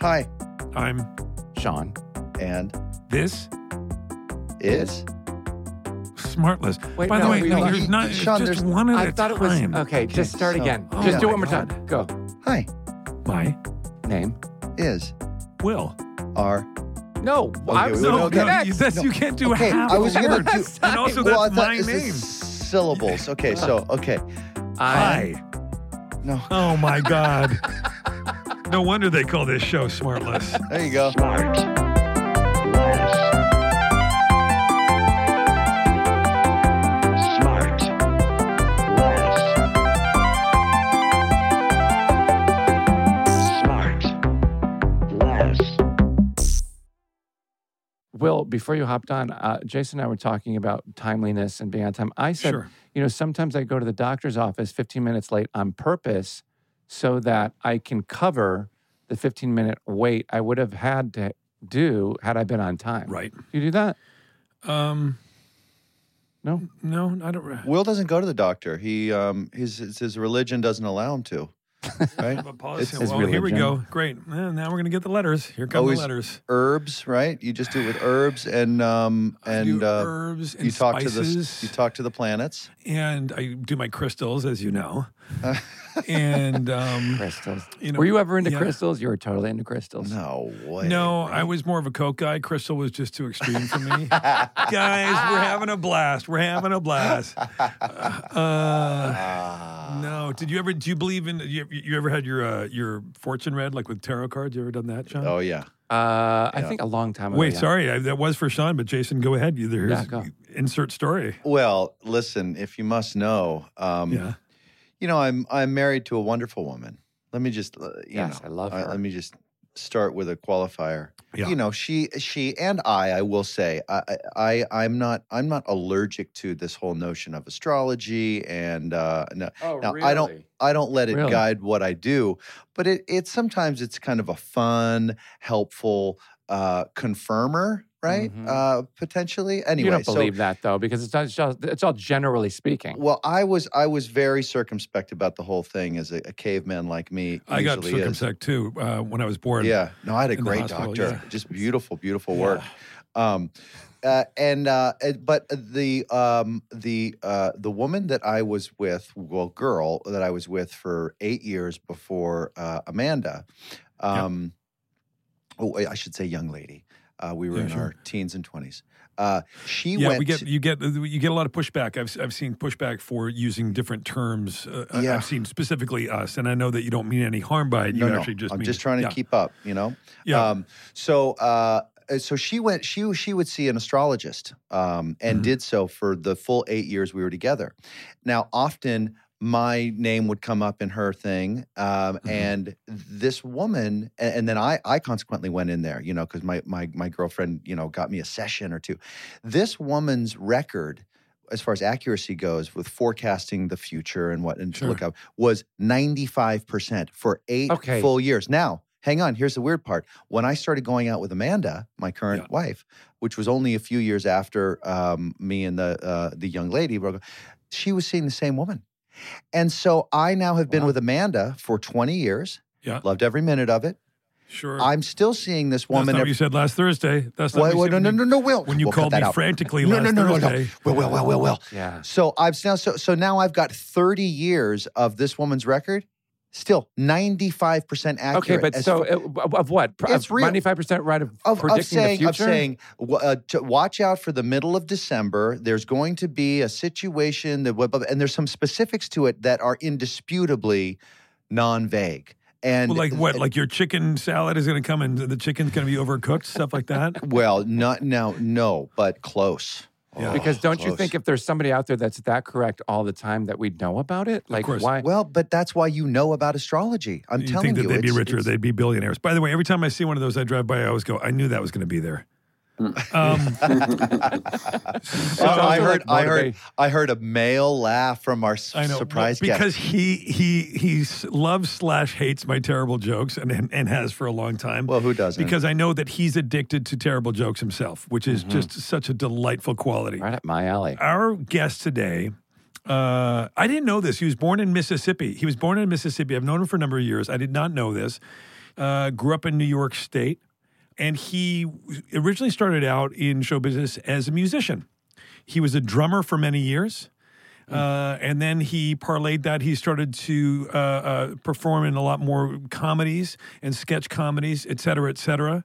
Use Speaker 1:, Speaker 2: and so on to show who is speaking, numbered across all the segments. Speaker 1: Hi,
Speaker 2: I'm
Speaker 1: Sean, and
Speaker 2: this
Speaker 1: is
Speaker 2: smartless.
Speaker 3: Wait,
Speaker 2: By the
Speaker 3: no,
Speaker 2: way,
Speaker 3: we
Speaker 2: no,
Speaker 3: don't-
Speaker 2: there's not it's
Speaker 1: Sean,
Speaker 2: just
Speaker 1: there's-
Speaker 2: one at
Speaker 3: I
Speaker 2: a
Speaker 3: thought it was
Speaker 2: time.
Speaker 3: okay. Just
Speaker 1: Okay,
Speaker 3: start
Speaker 1: so-
Speaker 3: again.
Speaker 2: Oh
Speaker 3: just do
Speaker 1: my
Speaker 3: it one more
Speaker 1: God.
Speaker 3: time. Go.
Speaker 1: hi
Speaker 2: My
Speaker 3: Name.
Speaker 1: is
Speaker 2: will.
Speaker 1: our
Speaker 3: No, I
Speaker 1: Okay,
Speaker 3: was
Speaker 1: we
Speaker 2: No,
Speaker 1: will
Speaker 2: no,
Speaker 1: go to
Speaker 2: you,
Speaker 3: next.
Speaker 2: that's,
Speaker 1: No,
Speaker 2: you can't do
Speaker 1: okay,
Speaker 2: half.
Speaker 1: I was
Speaker 2: a
Speaker 1: gonna
Speaker 2: word.
Speaker 1: do-
Speaker 2: and also
Speaker 1: well, I
Speaker 2: that's
Speaker 1: thought
Speaker 2: my
Speaker 1: this
Speaker 2: name.
Speaker 1: is syllables. Okay, so okay,
Speaker 3: I,
Speaker 2: I.
Speaker 1: no,
Speaker 2: Oh my God. no wonder they call this show Smartless.
Speaker 1: there you go.
Speaker 3: Will, before you hopped on, uh, Jason and I were talking about timeliness and being on time. I said,
Speaker 2: Sure.
Speaker 3: you know, sometimes I go to the doctor's office 15 minutes late on purpose so that I can cover the 15 minute wait I would have had to do had I been on time.
Speaker 2: Right.
Speaker 3: You do that?
Speaker 2: Um,
Speaker 3: No.
Speaker 2: no, I don't. re-
Speaker 1: Will doesn't go to the doctor. He um his it's his religion doesn't allow him to. Right?
Speaker 2: Have a policy.
Speaker 1: It's-
Speaker 2: Well, here we go.
Speaker 3: religion.
Speaker 2: Great. Eh, Now we're gonna get the letters. Here come
Speaker 1: Always
Speaker 2: the letters.
Speaker 1: herbs, right? You just do it with herbs and um
Speaker 2: I
Speaker 1: and
Speaker 2: do
Speaker 1: uh,
Speaker 2: herbs and
Speaker 1: you talk to
Speaker 2: spices,
Speaker 1: the you talk to the planets.
Speaker 2: and I do my crystals, as you know. and um,
Speaker 3: Crystals.
Speaker 2: You know,
Speaker 3: were you ever into
Speaker 2: yeah.
Speaker 3: crystals? You were totally into crystals.
Speaker 1: No way.
Speaker 2: No, I was more of a coke guy. Crystal was just too extreme for me. Guys, we're having a blast. We're having a blast. Uh,
Speaker 1: Ah.
Speaker 2: no, did you ever? Do you believe in? You, you ever had your uh, your fortune read, like with tarot cards? You ever done that, Sean?
Speaker 1: Oh yeah.
Speaker 3: Uh, I
Speaker 1: Yeah.
Speaker 3: think a long time ago.
Speaker 2: Wait,
Speaker 3: yeah.
Speaker 2: sorry, I, that was for Sean, but Jason, go ahead. You there's
Speaker 3: Yeah, go.
Speaker 2: insert story.
Speaker 1: Well, listen, if you must know, um
Speaker 2: Yeah,
Speaker 1: you know, I'm I'm married to a wonderful woman. Let me just uh, you
Speaker 3: Yes,
Speaker 1: know,
Speaker 3: I love
Speaker 1: uh,
Speaker 3: her.
Speaker 1: let me just start with a qualifier.
Speaker 2: Yeah.
Speaker 1: You know, she she and I, I will say, I, I I- I'm not I'm not allergic to this whole notion of astrology and uh no,
Speaker 3: Oh,
Speaker 1: Now, I don't- I don't let it
Speaker 3: Really?
Speaker 1: guide what I do, but it it sometimes it's kind of a fun, helpful uh confirmer, right?
Speaker 2: Mm-hmm.
Speaker 3: Mhm.
Speaker 1: Uh potentially. Anyway,
Speaker 3: you don't
Speaker 1: so-
Speaker 3: believe that though, because it's not just, it's all generally speaking.
Speaker 1: well, I was I was very circumspect about the whole thing as a, a caveman like me
Speaker 2: I got
Speaker 1: usually is.
Speaker 2: circumcised too uh, when I was born.
Speaker 1: Yeah. No, I had a
Speaker 2: in the
Speaker 1: great
Speaker 2: hospital,
Speaker 1: doctor.
Speaker 2: yeah.
Speaker 1: Just beautiful, beautiful work. Um, uh, and uh, it- but the um, the uh, the woman that I was with, well, girl that I was with for eight years before uh, Amanda. Um, Oh, wait, I should say, young lady. Uh, we were
Speaker 2: Yeah,
Speaker 1: in
Speaker 2: sure.
Speaker 1: our teens and twenties. Uh, she
Speaker 2: yeah,
Speaker 1: went.
Speaker 2: we get
Speaker 1: to-
Speaker 2: you get you get a lot of pushback. I've I've seen pushback for using different terms. Uh, I-
Speaker 1: Yeah.
Speaker 2: I've seen specifically us, and I know that you don't mean any harm by it. You
Speaker 1: no, no,
Speaker 2: actually just
Speaker 1: I'm
Speaker 2: mean
Speaker 1: just trying to
Speaker 2: yeah,
Speaker 1: keep up. You know.
Speaker 2: Yeah,
Speaker 1: Um, so uh, so she went. She she would see an astrologist, um, and
Speaker 2: Mhm.
Speaker 1: did so for the full eight years we were together. Now, often my name would come up in her thing, um,
Speaker 2: Mhm.
Speaker 1: and this woman, and, and then I I consequently went in there, you know, because my my my girlfriend, you know, got me a session or two. This woman's record. As far as accuracy goes, with forecasting the future and what and to
Speaker 2: Sure.
Speaker 1: look up was ninety five percent for eight
Speaker 3: Okay.
Speaker 1: full years. Now, hang on. Here's the weird part when I started going out with Amanda, my current
Speaker 2: Yeah.
Speaker 1: wife, which was only a few years after um, me and the uh, the young lady broke up, she was seeing the same woman. And so I now have been
Speaker 3: Wow.
Speaker 1: with Amanda for 20 years.
Speaker 2: Yeah.
Speaker 1: Loved every minute of it.
Speaker 2: sure.
Speaker 1: I'm still seeing this
Speaker 2: That's
Speaker 1: woman.
Speaker 2: not what
Speaker 1: every-
Speaker 2: you said last Thursday. That's not
Speaker 1: Wait,
Speaker 2: what
Speaker 1: wait,
Speaker 2: you
Speaker 1: no,
Speaker 2: said
Speaker 1: no,
Speaker 2: when
Speaker 1: no,
Speaker 2: you-
Speaker 1: no, Will.
Speaker 2: When you
Speaker 1: We'll cut
Speaker 2: called
Speaker 1: that
Speaker 2: me
Speaker 1: out.
Speaker 2: frantically
Speaker 1: No,
Speaker 2: last
Speaker 1: no, no, no, no.
Speaker 2: Thursday,
Speaker 1: Will, Will, Will, Will, Will.
Speaker 3: Yeah.
Speaker 1: So I've now so, so now I've got 30 years of this woman's record. Still 95% accurate.
Speaker 3: Okay, but
Speaker 1: as
Speaker 3: so uh, of- of what? Pro-
Speaker 1: It's
Speaker 3: of
Speaker 1: real.
Speaker 3: 95% right of,
Speaker 1: of, of
Speaker 3: predicting
Speaker 1: saying,
Speaker 3: the future?
Speaker 1: of saying, w- uh, to watch out for the middle of December. There's going to be a situation that, blah, blah, blah, and there's some specifics to it that are indisputably non-vague. And
Speaker 2: well, like what? Like your chicken salad is going to come, and the chicken's going to be overcooked, stuff like that.
Speaker 1: well, not now, no, but close.
Speaker 2: Yeah.
Speaker 4: Oh,
Speaker 3: because don't you
Speaker 1: oh, close.
Speaker 3: think if there's somebody out there that's that correct all the time that we know about it? Like
Speaker 2: course.
Speaker 3: why?
Speaker 1: Well, but that's why you know about astrology. I'm
Speaker 2: you
Speaker 1: telling
Speaker 2: think that
Speaker 1: you,
Speaker 2: they'd be
Speaker 1: it's-
Speaker 2: richer,
Speaker 1: it's-
Speaker 2: they'd be billionaires. By the way, every time I see one of those, I drive by, I always go, I knew that was going to be there.
Speaker 1: Hmm.
Speaker 2: um,
Speaker 1: Oh,
Speaker 3: also
Speaker 1: I heard,
Speaker 3: like
Speaker 1: I heard,
Speaker 3: motivate-
Speaker 1: I heard a male laugh from our s-
Speaker 2: I know
Speaker 1: surprise
Speaker 2: well,
Speaker 1: guest.
Speaker 2: because he he he s- loves slash hates my terrible jokes and, and and has for a long time.
Speaker 1: well, who doesn't?
Speaker 2: because I know that he's addicted to terrible jokes himself, which
Speaker 1: Mm-hmm.
Speaker 2: is just such a delightful quality.
Speaker 3: Right up my alley.
Speaker 2: Our guest today. Uh, I didn't know this. He was born in Mississippi. He was born in Mississippi. I've known him for a number of years. I did not know this. uh, grew up in New York State, and he originally started out in show business as a musician. He was a drummer for many years. Uh, and then he parlayed that. He started to uh, uh, perform in a lot more comedies and sketch comedies, et cetera, et cetera.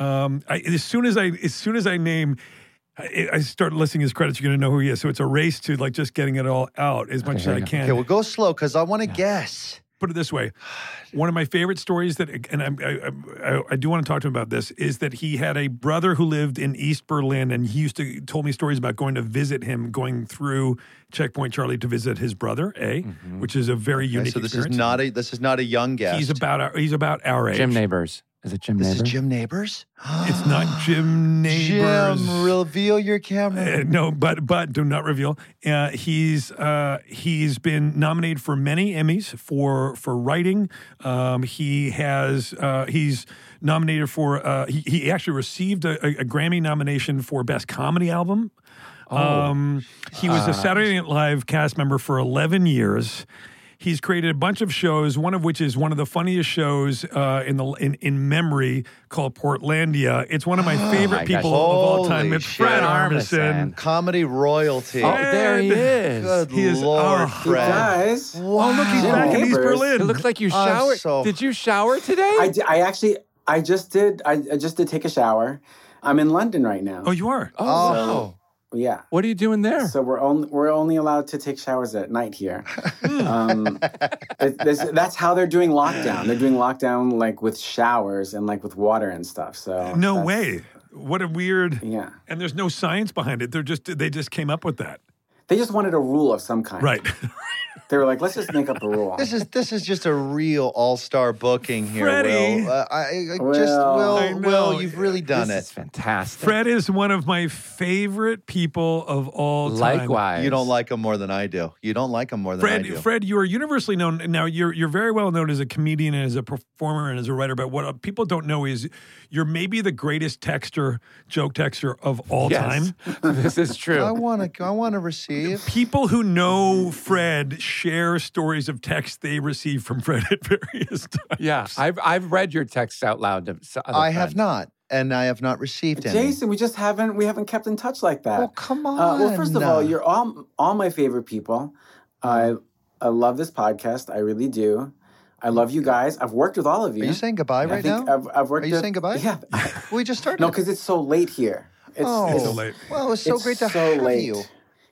Speaker 2: Um, I, as soon as I, as soon as I name, I, I start listing his credits. You're going to know who he is. So it's a race to like just getting it all out as much as
Speaker 3: there
Speaker 2: I
Speaker 3: you go.
Speaker 2: can
Speaker 1: Okay, well, go slow because I want to guess.
Speaker 2: put it this way one of my favorite stories that and I'm- I, I, I, I do want to talk to him about this is that he had a brother who lived in east berlin and he used to told me stories about going to visit him going through checkpoint charlie to visit his brother a
Speaker 3: Mm-hmm.
Speaker 2: which is a very
Speaker 1: Mm-hmm. Okay,
Speaker 2: unique
Speaker 1: so this
Speaker 2: experience.
Speaker 1: is not a this is not a young guest.
Speaker 2: he's about our, he's about our age
Speaker 3: Jim Neighbors. Is it Jim
Speaker 1: this
Speaker 3: Neighbors?
Speaker 1: is Jim Neighbors.
Speaker 2: it's not jim neighbors
Speaker 1: Jim, reveal your camera.
Speaker 2: Uh, no, but but do not reveal. Uh, he's uh, he's been nominated for many Emmys for for writing. Um, he has uh, he's nominated for uh, he, he actually received a, a, a Grammy nomination for best comedy album. Um, he was a Saturday Night Live cast member for 11 years. He's created a bunch of shows, one of which is one of the funniest shows uh, in the in, in memory called Portlandia. It's one of my favorite
Speaker 3: my gosh.
Speaker 2: people of all time.
Speaker 1: Holy
Speaker 2: It's
Speaker 1: shit.
Speaker 2: Fred
Speaker 3: Armisen.
Speaker 2: Armisen.
Speaker 1: Comedy royalty.
Speaker 3: Oh, there he is.
Speaker 1: Good
Speaker 2: he is-
Speaker 1: lord,
Speaker 2: oh,
Speaker 1: Fred.
Speaker 5: Guys,
Speaker 1: Wow.
Speaker 2: Oh, look, he's back in East
Speaker 5: Neighbors.
Speaker 2: Berlin.
Speaker 3: It looks like you
Speaker 1: I'm
Speaker 3: showered.
Speaker 1: so-
Speaker 3: Did you shower today?
Speaker 5: I, di- I actually, I just did, I, I just did take a shower. I'm in London right now.
Speaker 2: oh, you are.
Speaker 3: oh, wow.
Speaker 1: Oh,
Speaker 5: yeah.
Speaker 3: What are you doing there?
Speaker 5: So we're only we're only allowed to take showers at night here.
Speaker 2: Hmm.
Speaker 5: um, it- this- that's how they're doing lockdown. They're doing lockdown like with showers and like with water and stuff. So
Speaker 2: No
Speaker 5: that's-
Speaker 2: way. What a weird.
Speaker 5: Yeah,
Speaker 2: And there's no science behind it. They're just they just came up with that.
Speaker 5: they just wanted a rule of some kind.
Speaker 2: Right.
Speaker 5: They were like, let's just make up a rule.
Speaker 1: this is this is just a real all-star booking here,
Speaker 2: Freddie.
Speaker 1: Will. Uh, I, I
Speaker 5: Well,
Speaker 1: just
Speaker 2: I
Speaker 1: Will,
Speaker 2: know.
Speaker 1: Will, you've really
Speaker 3: this
Speaker 1: done
Speaker 3: is fantastic.
Speaker 2: Fred is one of my favorite people of all time.
Speaker 1: it.
Speaker 3: Likewise.
Speaker 1: You don't like him more than I do. You don't like him more than I
Speaker 2: Fred,
Speaker 1: do.
Speaker 2: Fred, you are universally known now. You're you're very well known as a comedian and as a performer and as a writer. But what uh, people don't know is you're maybe the greatest texter, joke texter of all
Speaker 3: Yes.
Speaker 2: time.
Speaker 3: this is true.
Speaker 1: I want to. I want to receive.
Speaker 2: People who know Fred share stories of texts they receive from Fred at various times.
Speaker 3: Yeah, I've I've read your texts out loud. To, s- other
Speaker 1: I have
Speaker 3: friends.
Speaker 1: not, and I have not received any.
Speaker 5: Jason, we just haven't we haven't kept in touch like that.
Speaker 1: Oh, come on.
Speaker 5: Uh, well, first of all,
Speaker 1: Uh,
Speaker 5: you're all all my favorite people. I I love this podcast. I really do. I love you guys. I've worked with all of you.
Speaker 1: Mm. Are you saying goodbye
Speaker 5: I
Speaker 1: right
Speaker 5: think
Speaker 1: now?
Speaker 5: I've, I've worked.
Speaker 1: Are you
Speaker 5: with-
Speaker 1: saying goodbye?
Speaker 5: Yeah.
Speaker 1: we just started.
Speaker 5: no, because it's so late here. It's,
Speaker 1: oh,
Speaker 5: it's
Speaker 2: so late.
Speaker 1: Well, it was so
Speaker 5: it's
Speaker 1: great to
Speaker 5: so
Speaker 1: have
Speaker 5: late.
Speaker 1: you.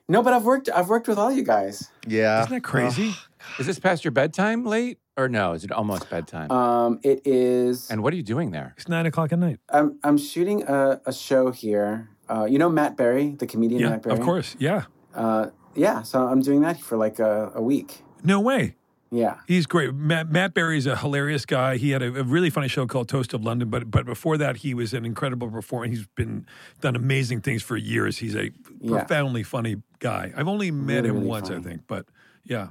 Speaker 5: No, but I've worked. I've worked with all you guys.
Speaker 1: Yeah.
Speaker 2: Isn't that crazy?
Speaker 3: Is this past your bedtime? Late or no? Is it almost
Speaker 1: Uh,
Speaker 3: bedtime?
Speaker 5: Um, it is.
Speaker 3: and what are you doing there?
Speaker 2: it's nine o'clock at night.
Speaker 5: I'm I'm shooting a, a show here. Uh, you know Matt Berry, the comedian
Speaker 2: Yeah,
Speaker 5: Matt Berry.
Speaker 2: of course. Yeah.
Speaker 5: Uh, yeah. So I'm doing that for like a, a week.
Speaker 2: No way.
Speaker 5: Yeah.
Speaker 2: He's great. Matt, Matt Berry's a hilarious guy. He had a, a really funny show called Toast of London, but but before that, he was an incredible performer. He's been done amazing things for years. He's a
Speaker 5: Yeah.
Speaker 2: profoundly funny guy. I've only met
Speaker 5: Really,
Speaker 2: him
Speaker 5: really
Speaker 2: once, I
Speaker 5: funny.
Speaker 2: think, but yeah.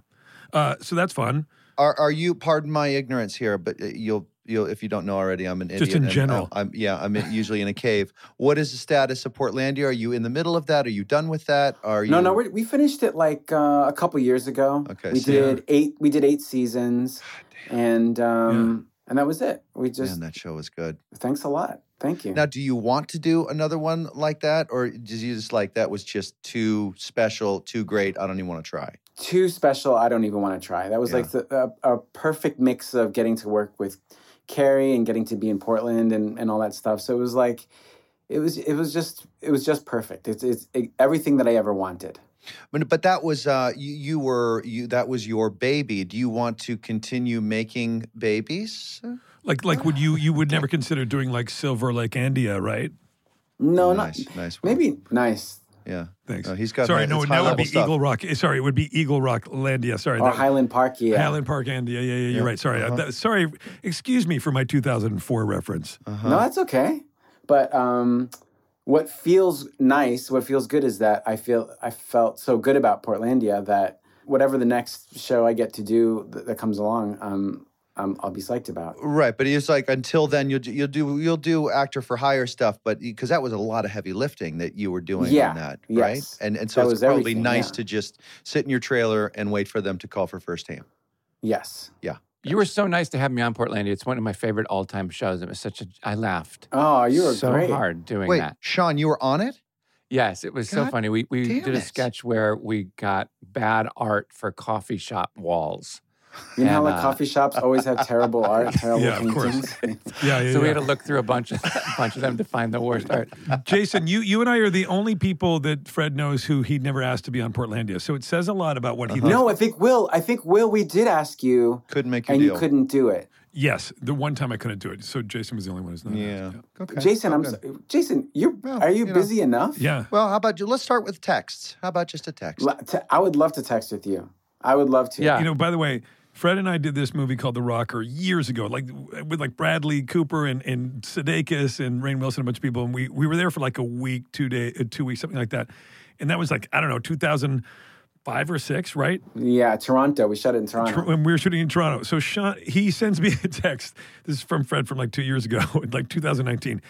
Speaker 2: Uh, so that's fun.
Speaker 1: Are are you? Pardon my ignorance here, but uh, you'll you'll if you don't know already, I'm an idiot.
Speaker 2: in
Speaker 1: and, uh,
Speaker 2: general.
Speaker 1: I'm yeah. I'm in- usually in a cave. What is the status of Portlandia? Are you in the middle of that? Are you done with that? Are you?
Speaker 5: No, no, we we finished it like uh, a couple years ago.
Speaker 1: Okay,
Speaker 5: we
Speaker 1: so-
Speaker 5: did eight. We did eight seasons, and um, and that was it. We just
Speaker 1: Man, that show was good.
Speaker 5: thanks a lot. Thank you.
Speaker 1: Now, do you want to do another one like that, or did you just like that was just too special, too great? I don't even want to try.
Speaker 5: Too special. I don't even want to try. That was like the, a, a perfect mix of getting to work with Carrie and getting to be in Portland and, and all that stuff. So it was like. It was it was just it was just perfect. It's it's it, everything that I ever wanted.
Speaker 1: But, but that was uh, you, you were you that was your baby. Do you want to continue making babies?
Speaker 2: Like like would you you would never consider doing like Silver Lake India, right?
Speaker 5: No,
Speaker 1: nice,
Speaker 5: not
Speaker 1: nice. One.
Speaker 5: maybe nice
Speaker 1: yeah.
Speaker 2: Thanks.
Speaker 1: No, he's got high-
Speaker 2: sorry, no,
Speaker 1: it's
Speaker 2: no, it would
Speaker 1: high-level
Speaker 2: be
Speaker 1: stuff.
Speaker 2: Eagle Rock. Eh, Sorry, it would be Eagle Rock Landia. Sorry,
Speaker 5: or
Speaker 2: that-
Speaker 5: Oh, Highland Park. Yeah,
Speaker 2: Highland Park India. Yeah, yeah, you're
Speaker 1: Yeah.
Speaker 2: right. Sorry, I-
Speaker 1: Uh-huh.
Speaker 2: that- sorry. Excuse me for my 2004 reference.
Speaker 1: Uh-huh.
Speaker 5: No, that's okay. But um, what feels nice, what feels good is that I feel I felt so good about Portlandia that whatever the next show I get to do that, that comes along, um, um, I'll be psyched about.
Speaker 1: Right, but it's like until then you'll do- you'll do you'll do actor for hire stuff, but because that was a lot of heavy lifting that you were doing
Speaker 5: Yeah,
Speaker 1: on that, right?
Speaker 5: yes.
Speaker 1: And and so
Speaker 5: That
Speaker 1: it's
Speaker 5: was
Speaker 1: probably
Speaker 5: everything,
Speaker 1: nice
Speaker 5: yeah.
Speaker 1: to just sit in your trailer and wait for them to call for first team.
Speaker 5: Yes.
Speaker 1: Yeah.
Speaker 3: You were so nice to have me on Portlandia. It's one of my favorite all time shows. It was such a, I laughed
Speaker 5: Oh, you were
Speaker 3: so
Speaker 5: great.
Speaker 3: hard doing
Speaker 1: Wait,
Speaker 3: that.
Speaker 1: Sean, you were on it?
Speaker 3: Yes, it was so
Speaker 1: God
Speaker 3: funny. We, we
Speaker 1: damn
Speaker 3: did a
Speaker 1: it.
Speaker 3: sketch where we got bad art for coffee shop walls.
Speaker 5: You know how
Speaker 3: And,
Speaker 5: like
Speaker 3: uh,
Speaker 5: coffee shops always have terrible art, terrible
Speaker 2: Yeah, of course.
Speaker 5: paintings.
Speaker 2: Yeah, yeah.
Speaker 3: So we
Speaker 2: yeah.
Speaker 3: had to look through a bunch of, a bunch of them to find the worst art.
Speaker 2: Jason, you, you and I are the only people that Fred knows who he'd never asked to be on Portlandia. So it says a lot about what he loves.
Speaker 5: Uh-huh. no, I think Will. I think Will. We did ask you,
Speaker 1: Couldn't make your
Speaker 5: and
Speaker 1: deal.
Speaker 5: you couldn't do it.
Speaker 2: Yes, the one time I couldn't do it. So Jason was the only one who's not. asked.
Speaker 1: Yeah. Okay.
Speaker 5: Jason, I'm
Speaker 1: Okay.
Speaker 5: so, Jason. You're
Speaker 1: Well,
Speaker 5: are you,
Speaker 1: you know.
Speaker 5: busy enough?
Speaker 2: Yeah.
Speaker 1: Well, how about you? Let's start with texts. How about just a text?
Speaker 5: L- te- I would love to text with you. I would love to.
Speaker 3: Yeah.
Speaker 2: You know, by the way, Fred and I did this movie called The Rocker years ago, like with like Bradley Cooper and and Sudeikis and Rain Wilson, a bunch of people, and we we were there for like a week, two day, uh, two weeks, something like that, and that was like I don't know, two thousand five or six, right?
Speaker 5: Yeah, Toronto. We shot it in Toronto.
Speaker 2: Tr- When we were shooting in Toronto, so Sean he sends me a text. This is from Fred from like two years ago, like 2019.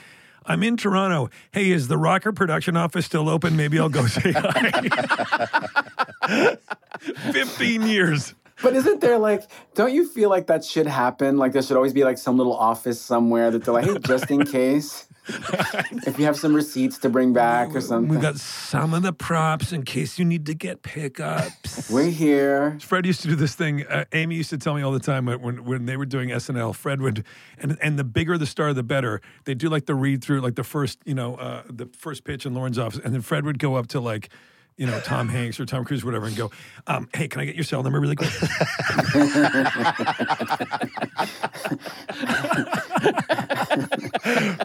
Speaker 2: I'm in Toronto. Hey, is the Rocker production office still open? Maybe I'll go say hi. 15 years.
Speaker 5: But isn't there like, don't you feel like that should happen? Like there should always be like some little office somewhere that they're like, hey, just in case, if you have some receipts to bring back or
Speaker 2: We've
Speaker 5: something,
Speaker 2: got some of the props in case you need to get pickups.
Speaker 5: we're here.
Speaker 2: Fred used to do this thing. Uh, Amy used to tell me all the time when- when when they were doing SNL. Fred would, and and the bigger the star, the better. They do like the read through, like the first, you know, uh, the first pitch in Lauren's office, and then Fred would go up to like, you know, Tom Hanks or Tom Cruise, or whatever, and go, um, "Hey, can I get your cell number really quick?"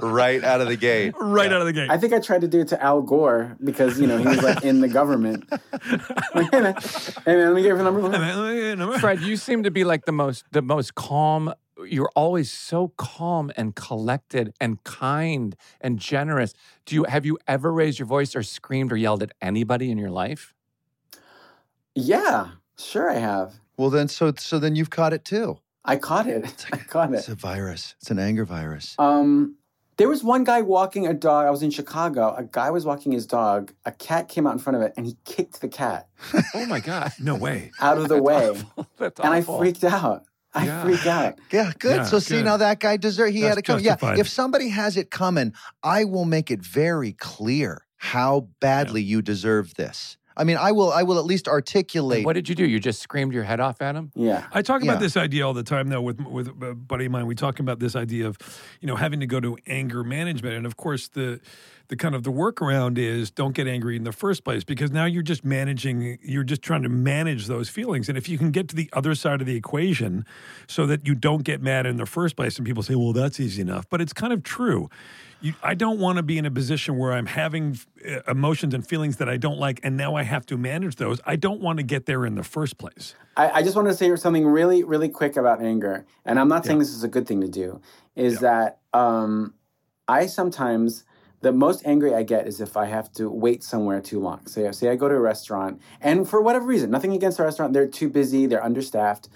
Speaker 1: right out of the gate.
Speaker 2: right out of the gate.
Speaker 5: I think I tried to do it to Al Gore because you know he was like in the government. and then let me give her number.
Speaker 3: Fred, you seem to be like the most the most calm. You're always so calm and collected and kind and generous. Do you have you ever raised your voice or screamed or yelled at anybody in your life?
Speaker 5: Yeah, sure I have.
Speaker 1: Well, then, so so then you've caught it too.
Speaker 5: I caught it. I caught it.
Speaker 1: It's a virus. It's an anger virus.
Speaker 5: Um, there was one guy walking a dog. I was in Chicago. A guy was walking his dog. A cat came out in front of it, and he kicked the cat
Speaker 3: Oh my god.
Speaker 2: no way.
Speaker 5: out of the way.
Speaker 3: That's
Speaker 5: and I
Speaker 3: awful.
Speaker 5: freaked out. I
Speaker 3: Yeah.
Speaker 5: freaked out.
Speaker 1: Yeah, good.
Speaker 2: Yeah,
Speaker 1: so see
Speaker 2: good.
Speaker 1: now that guy deserved. He
Speaker 2: That's
Speaker 1: had it coming.
Speaker 2: justified.
Speaker 1: Yeah, if somebody has it coming, I will make it very clear how badly you deserve this. I mean, I will. I will at least articulate.
Speaker 3: What did you do? You just screamed your head off at him?
Speaker 5: Yeah.
Speaker 2: I talk
Speaker 1: Yeah.
Speaker 2: about this idea all the time, though, with with a buddy of mine. We talk about this idea of, you know, having to go to anger management, and of course the the kind of the workaround is don't get angry in the first place because now you're just managing, you're just trying to manage those feelings, and if you can get to the other side of the equation, so that you don't get mad in the first place, and people say, well, that's easy enough, but it's kind of true. You, I don't want to be in a position where I'm having uh, emotions and feelings that I don't like, and now I have to manage those. I don't want to get there in the first place.
Speaker 5: I, I just wanted to say something really, really quick about anger. And I'm not saying this is a good thing to do, is that um, I sometimes, the most angry I get is if I have to wait somewhere too long. Say, say I go to a restaurant, and for whatever reason, nothing against the restaurant, they're too busy, they're understaffed.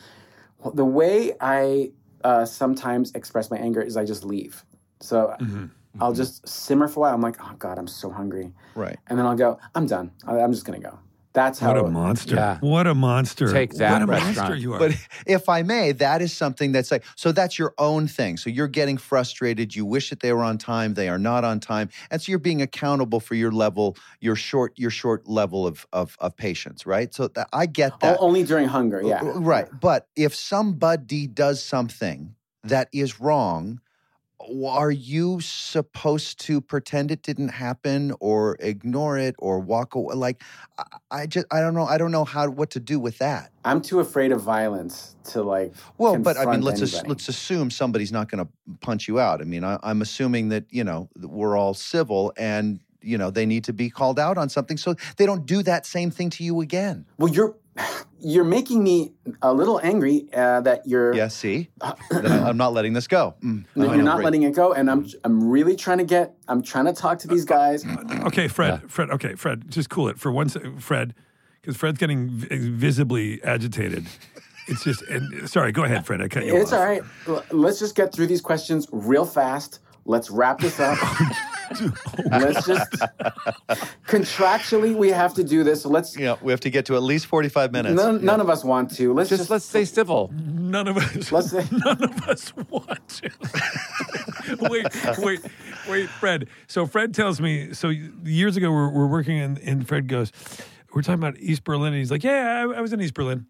Speaker 5: Well, the way I uh, sometimes express my anger is I just leave. So
Speaker 3: Mm-hmm.
Speaker 5: I'll just simmer for a while. I'm like, oh God, I'm so hungry.
Speaker 1: right.
Speaker 5: and then I'll go, I'm done. I- I'm just gonna go. That's how.
Speaker 2: What a monster.
Speaker 3: Yeah.
Speaker 2: What a monster.
Speaker 3: Take
Speaker 2: What
Speaker 3: that,
Speaker 2: a monster
Speaker 3: restaurant.
Speaker 2: you are.
Speaker 1: But if I may, that is something that's like so. That's your own thing. So you're getting frustrated. You wish that they were on time. They are not on time, and so you're being accountable for your level, your short, your short level of of, of patience. Right. So that, I get
Speaker 5: O-
Speaker 1: that.
Speaker 5: only during hunger, yeah.
Speaker 1: R- Uh, Right. But if somebody does something that is wrong, w- are you supposed to pretend it didn't happen or ignore it or walk away? Like, I, I just, I don't know. I don't know how, what to do with that.
Speaker 5: I'm too afraid of violence to like.
Speaker 1: Well, but I mean,
Speaker 5: confront
Speaker 1: let's as,
Speaker 5: anybody.
Speaker 1: let's assume somebody's not going to punch you out. I mean, I, I'm assuming that you know that we're all civil and you know they need to be called out on something so they don't do that same thing to you again.
Speaker 5: Well, you're you're making me a little angry uh, that you're
Speaker 1: Yeah, see, Then I, am not letting this go. Mm,
Speaker 5: that
Speaker 1: I
Speaker 5: you're
Speaker 1: know,
Speaker 5: not
Speaker 1: great.
Speaker 5: letting it go, and I'm I'm really trying to get. I'm trying to talk to these guys.
Speaker 2: Uh, okay, Fred, Fred, okay, Fred, just cool it for one second, Fred, because Fred's getting vi- visibly agitated. It's just, and sorry, go ahead, Fred. I cut you
Speaker 5: It's
Speaker 2: off.
Speaker 5: all right. L- let's just get through these questions real fast. Let's wrap this up. let's just contractually we have to do this. So let's.
Speaker 1: you know, we have to get to at least 45 minutes.
Speaker 5: None, none of us want to. Let's
Speaker 3: Just
Speaker 5: just
Speaker 3: let's stay civil.
Speaker 2: none of us
Speaker 5: Let's say-
Speaker 2: none of us want to. wait, wait, wait, Fred. So Fred tells me. So years ago, we're, we're working, and, and Fred goes, "We're talking about East Berlin." And he's like, "Yeah, I, I was in East Berlin."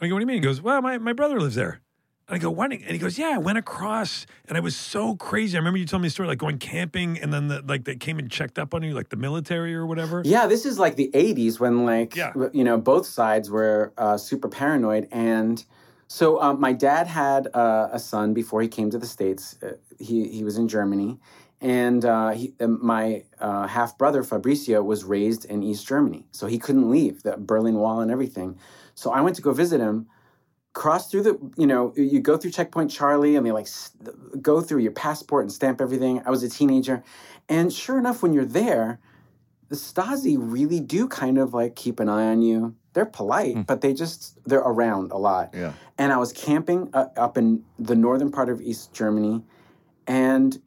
Speaker 2: I go, "What do you mean?" He goes, "Well, my, my brother lives there." And I go, "Why?" didn't-" And he goes, "Yeah, I went across, and I was so crazy. I remember you telling me a story like going camping, and then the, like they came and checked up on you, like the military or whatever."
Speaker 5: Yeah, this is like the 80s when like
Speaker 2: Yeah.
Speaker 5: w- you know both sides were uh, super paranoid and so um, my dad had uh, a son before he came to the states. Uh, he he was in Germany and uh, he, uh, my uh, half brother Fabrizio was raised in East Germany. So he couldn't leave the Berlin Wall and everything. So I went to go visit him cross through the you know you go through checkpoint charlie and they like s- go through your passport and stamp everything i was a teenager and sure enough when you're there the stasi really do kind of like keep an eye on you they're polite
Speaker 3: Hmm.
Speaker 5: but they just they're around a lot
Speaker 1: Yeah.
Speaker 5: and i was camping uh, up in the northern part of east germany and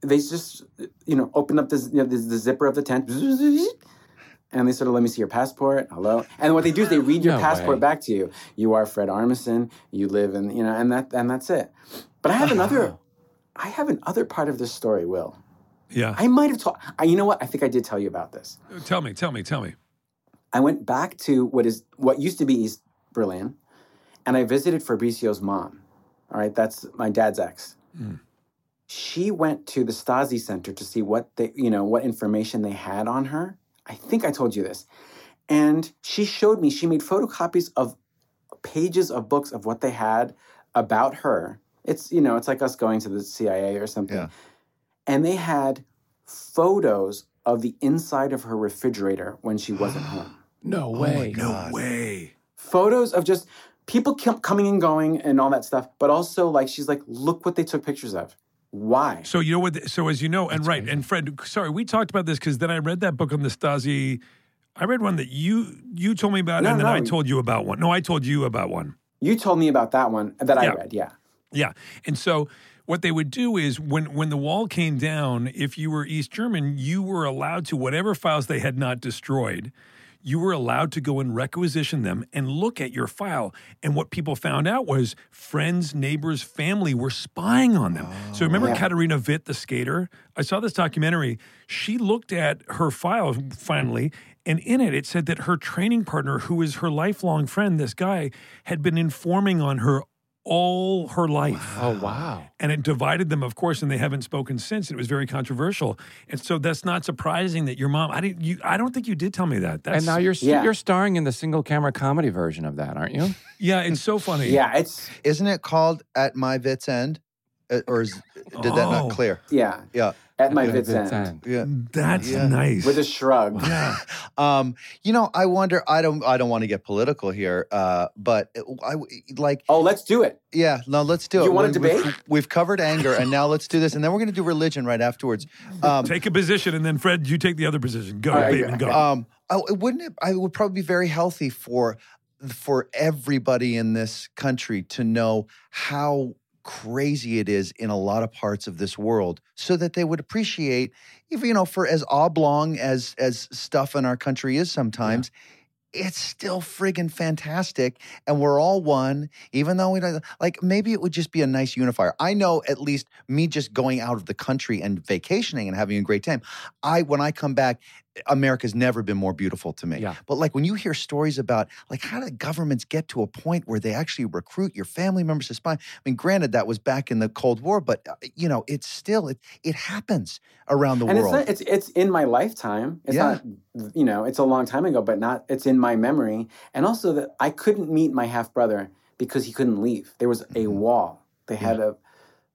Speaker 5: they just you know opened up this you know, the, the zipper of the tent and they sort of let me see your passport hello and what they do is they read your
Speaker 3: No
Speaker 5: passport
Speaker 3: way.
Speaker 5: back to you you are fred armisen you live in you know and that and that's it but i have another i have another part of this story will
Speaker 2: Yeah.
Speaker 5: i might have told I- you know what i think i did tell you about this
Speaker 2: Tell me, tell me, tell me.
Speaker 5: i went back to what is what used to be east berlin and i visited fabrizio's mom all right that's my dad's ex
Speaker 2: Mm.
Speaker 5: she went to the Stasi Center to see what they, you know, what information they had on her. I think I told you this. And she showed me, she made photocopies of pages of books of what they had about her. It's, you know, it's like us going to the CIA or something.
Speaker 1: Yeah.
Speaker 5: And they had photos of the inside of her refrigerator when she wasn't home.
Speaker 3: No
Speaker 1: my
Speaker 3: way.
Speaker 1: God.
Speaker 2: No way.
Speaker 5: Photos of just people kept coming and going and all that stuff, but also like she's like, look what they took pictures of. Why?
Speaker 2: So you know what? th- So as you know, and right, and Fred, sorry, we talked about this because then I read that book on the Stasi. I read one that you you told me about,
Speaker 5: No,
Speaker 2: and then
Speaker 5: no.
Speaker 2: I told you about one. No, I told you about one.
Speaker 5: You told me about that one that I
Speaker 2: Yeah.
Speaker 5: read. Yeah.
Speaker 2: Yeah, and so what they would do is when when the wall came down, if you were East German, you were allowed to whatever files they had not destroyed. You were allowed to go and requisition them and look at your file. And what people found out was friends, neighbors, family were spying on them. so remember
Speaker 5: Yeah.
Speaker 2: Katerina Witt, the skater? I saw this documentary. She looked at her file finally, and in it, it said that her training partner, who is her lifelong friend, this guy, had been informing on her all her life.
Speaker 3: Oh wow.
Speaker 2: And it divided them, of course, and they haven't spoken since. It was very controversial, and so that's not surprising that your mom. I didn't. You, I don't think you did tell me that. That's,
Speaker 3: And now you're st-
Speaker 5: Yeah.
Speaker 3: you're starring in the single camera comedy version of that, aren't you?
Speaker 2: Oh, yeah, it's so funny.
Speaker 5: Yeah, it's
Speaker 1: Isn't it called At My Vit's End? Uh, Or is, did that
Speaker 2: Oh.
Speaker 1: not clear?
Speaker 5: yeah.
Speaker 1: Yeah.
Speaker 5: At my
Speaker 3: Yeah,
Speaker 5: vid's
Speaker 3: Vid's
Speaker 5: end.
Speaker 3: End.
Speaker 1: Yeah.
Speaker 2: that's
Speaker 1: Yeah.
Speaker 2: nice.
Speaker 5: With a shrug.
Speaker 2: yeah,
Speaker 1: Um, you know, I wonder. I don't. I don't want to get political here, uh, but it- I like.
Speaker 5: Oh, let's do it.
Speaker 1: Yeah, no, let's do it.
Speaker 5: You wanna
Speaker 1: We- We've,
Speaker 5: debate?
Speaker 1: we've covered anger, and now let's do this, and then we're going to do religion right afterwards. Um,
Speaker 2: take a position, and then Fred, you take the other position. Go,
Speaker 5: All right,
Speaker 2: Bateman, go.
Speaker 1: um, I, wouldn't it? I would probably be very healthy for for everybody in this country to know how crazy it is in a lot of parts of this world, so that they would appreciate, if you know, for as oblong as as stuff in our country is sometimes. It's still friggin' fantastic, and we're all one. Even though we don't like, maybe it would just be a nice unifier. I know at least me just going out of the country and vacationing and having a great time. I when I come back, America's never been more beautiful to me.
Speaker 3: Yeah.
Speaker 1: But like when you hear stories about like how did governments get to a point where they actually recruit your family members to spy? I mean, granted that was back in the Cold War, but uh, you know it's still it it happens around the
Speaker 5: And it's
Speaker 1: world.
Speaker 5: not, it's it's in my lifetime. It's
Speaker 1: Yeah.
Speaker 5: not you know, it's a long time ago, but not it's in my memory. And also that I couldn't meet my half brother because he couldn't leave. There was a
Speaker 1: Mhm.
Speaker 5: wall. They had a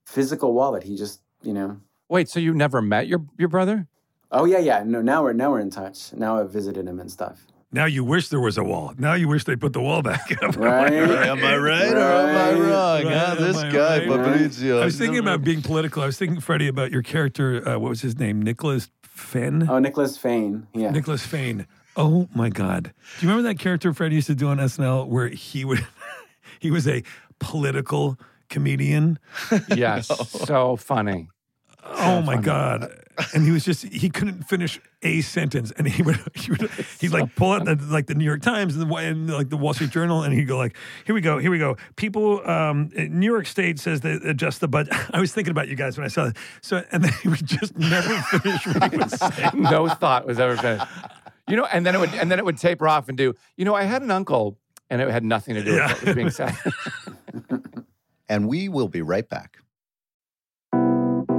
Speaker 5: physical wall that he just, you know.
Speaker 3: Wait, so you never met your your brother?
Speaker 5: Oh yeah, yeah. No, now we're now we're in touch. Now I've visited him and stuff.
Speaker 2: now you wish there was a wall. Now you wish they put the wall back up.
Speaker 5: Right.
Speaker 1: am I right, or am I
Speaker 5: Right.
Speaker 1: wrong?
Speaker 2: Right,
Speaker 1: Ah,
Speaker 2: am
Speaker 1: this
Speaker 2: I
Speaker 1: guy,
Speaker 2: right?
Speaker 1: Fabrizio.
Speaker 2: I was thinking about being political. I was thinking, Freddie, about your character. Uh, what was his name? Nicholas Fenn.
Speaker 5: Oh, Nicholas Fain. Yeah.
Speaker 2: Nicholas Fane. Oh my God! Do you remember that character Fred used to do on SNL where he would he was a political comedian?
Speaker 3: Yes. So funny.
Speaker 2: Oh my
Speaker 3: funny.
Speaker 2: God! and he was just he couldn't finish a sentence, and he would he would he'd like pull out the, like the New York Times and, the, and like the Wall Street Journal, and he'd go like, "Here we go, here we go." People, um, New York State says they adjust the budget. I was thinking about you guys when I saw that. So and then he would just never finish what he was saying.
Speaker 3: no thought was ever finished. You know, and then it would and then it would taper off and do. You know, I had an uncle, and it had nothing to do with
Speaker 2: Yeah.
Speaker 3: what was being said.
Speaker 1: And we will be right back.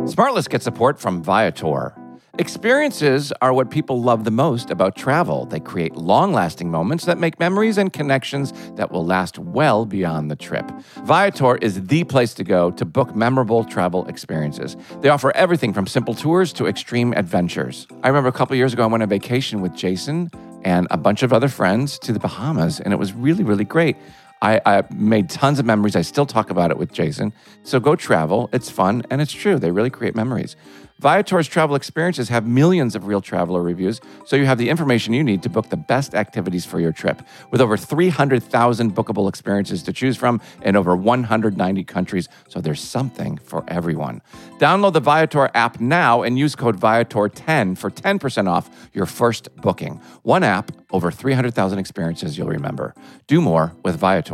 Speaker 4: SmartLess gets support from Viator. Experiences are what people love the most about travel. They create long lasting moments that make memories and connections that will last well beyond the trip. Viator is the place to go to book memorable travel experiences. They offer everything from simple tours to extreme adventures. I remember a couple years ago, I went on vacation with Jason and a bunch of other friends to the Bahamas, and it was really, really great. I, I made tons of memories. I still talk about it with Jason. So go travel. It's fun and it's true. They really create memories. Viator's travel experiences have millions of real traveler reviews, so you have the information you need to book the best activities for your trip. With over 300,000 bookable experiences to choose from in over 190 countries, so there's something for everyone. Download the Viator app now and use code Viator10 for 10% off your first booking. One app, over 300,000 experiences you'll remember. Do more with Viator.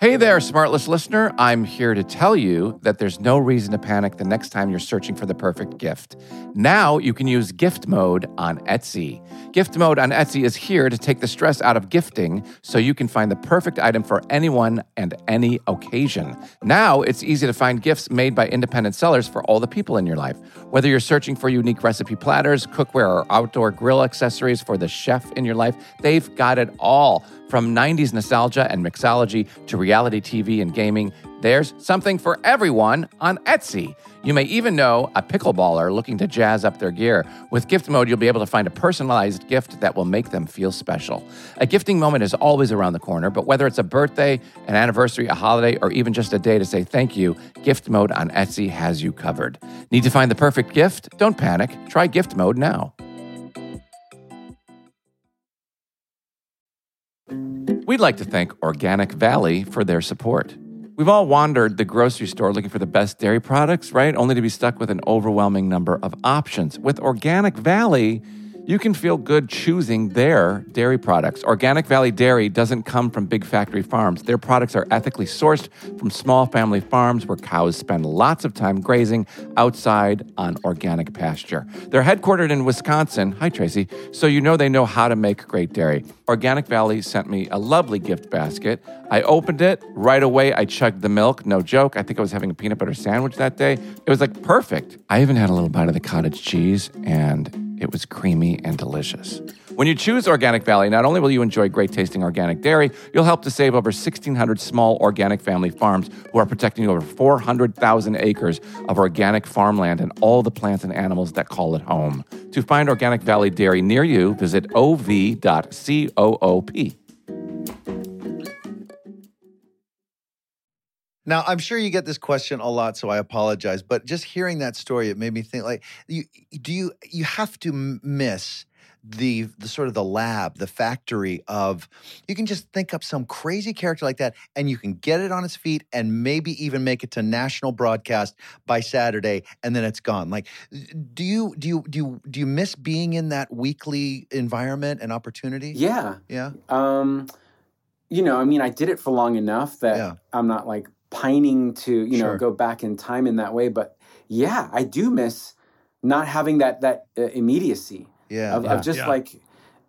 Speaker 4: Hey there, Smartless listener. I'm here to tell you that there's no reason to panic the next time you're searching for the perfect gift. Now you can use gift mode on Etsy. Gift mode on Etsy is here to take the stress out of gifting so you can find the perfect item for anyone and any occasion. Now it's easy to find gifts made by independent sellers for all the people in your life. Whether you're searching for unique recipe platters, cookware, or outdoor grill accessories for the chef in your life, they've got it all. From 90s nostalgia and mixology to reality TV and gaming, there's something for everyone on Etsy. You may even know a pickleballer looking to jazz up their gear. With gift mode, you'll be able to find a personalized gift that will make them feel special. A gifting moment is always around the corner, but whether it's a birthday, an anniversary, a holiday, or even just a day to say thank you, gift mode on Etsy has you covered. Need to find the perfect gift? Don't panic. Try gift mode now. We'd like to thank Organic Valley for their support. We've all wandered the grocery store looking for the best dairy products, right? Only to be stuck with an overwhelming number of options. With Organic Valley, you can feel good choosing their dairy products. Organic Valley Dairy doesn't come from big factory farms. Their products are ethically sourced from small family farms where cows spend lots of time grazing outside on organic pasture. They're headquartered in Wisconsin. Hi, Tracy. So you know they know how to make great dairy. Organic Valley sent me a lovely gift basket. I opened it right away. I chugged the milk. No joke. I think I was having a peanut butter sandwich that day. It was like perfect. I even had a little bite of the cottage cheese and it was creamy and delicious. When you choose Organic Valley, not only will you enjoy great tasting organic dairy, you'll help to save over 1,600 small organic family farms who are protecting over 400,000 acres of organic farmland and all the plants and animals that call it home. To find Organic Valley Dairy near you, visit ov.coop.
Speaker 1: Now, I'm sure you get this question a lot, so I apologize. But just hearing that story, it made me think like, you, do you you have to m- miss the the sort of the lab, the factory of you can just think up some crazy character like that, and you can get it on its feet, and maybe even make it to national broadcast by Saturday, and then it's gone. Like, do you do you do you, do you miss being in that weekly environment and opportunity?
Speaker 5: Yeah.
Speaker 1: yeah.
Speaker 5: um you know i mean i did it for long enough that
Speaker 1: Yeah.
Speaker 5: i'm not like pining to you know
Speaker 1: Sure.
Speaker 5: go back in time in that way but yeah i do miss not having that that uh, immediacy
Speaker 1: yeah.
Speaker 5: of,
Speaker 3: Yeah.
Speaker 5: of just
Speaker 2: Yeah.
Speaker 5: like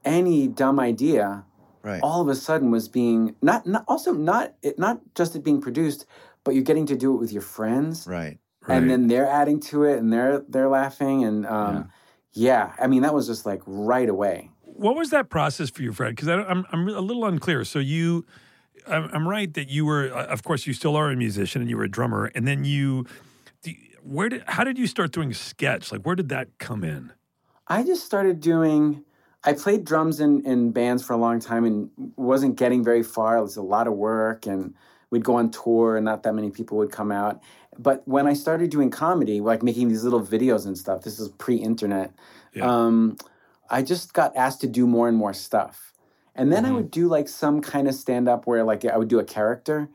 Speaker 5: any dumb idea
Speaker 1: right.
Speaker 5: all of a sudden was being not, not also not it not just it being produced but you're getting to do it with your friends
Speaker 1: Right.
Speaker 5: and then they're adding to it and they're they're laughing and um yeah i mean that was just like right away
Speaker 2: What was that process for you, Fred? Because I'm I'm a little unclear. So you, I'm, I'm right that you were, uh, of course, you still are a musician and you were a drummer, and then you, do you- where did how did you start doing sketch? Like where did that come in?
Speaker 5: I just started doing. I played drums in, in bands for a long time and wasn't getting very far. It was a lot of work, and we'd go on tour, and not that many people would come out. But when I started doing comedy, like making these little videos and stuff, this is pre internet,
Speaker 2: Yeah.
Speaker 5: um, I just got asked to do more and
Speaker 2: Mm-hmm.
Speaker 5: more stuff. And then I would do like some kind of stand up where like I would do a character.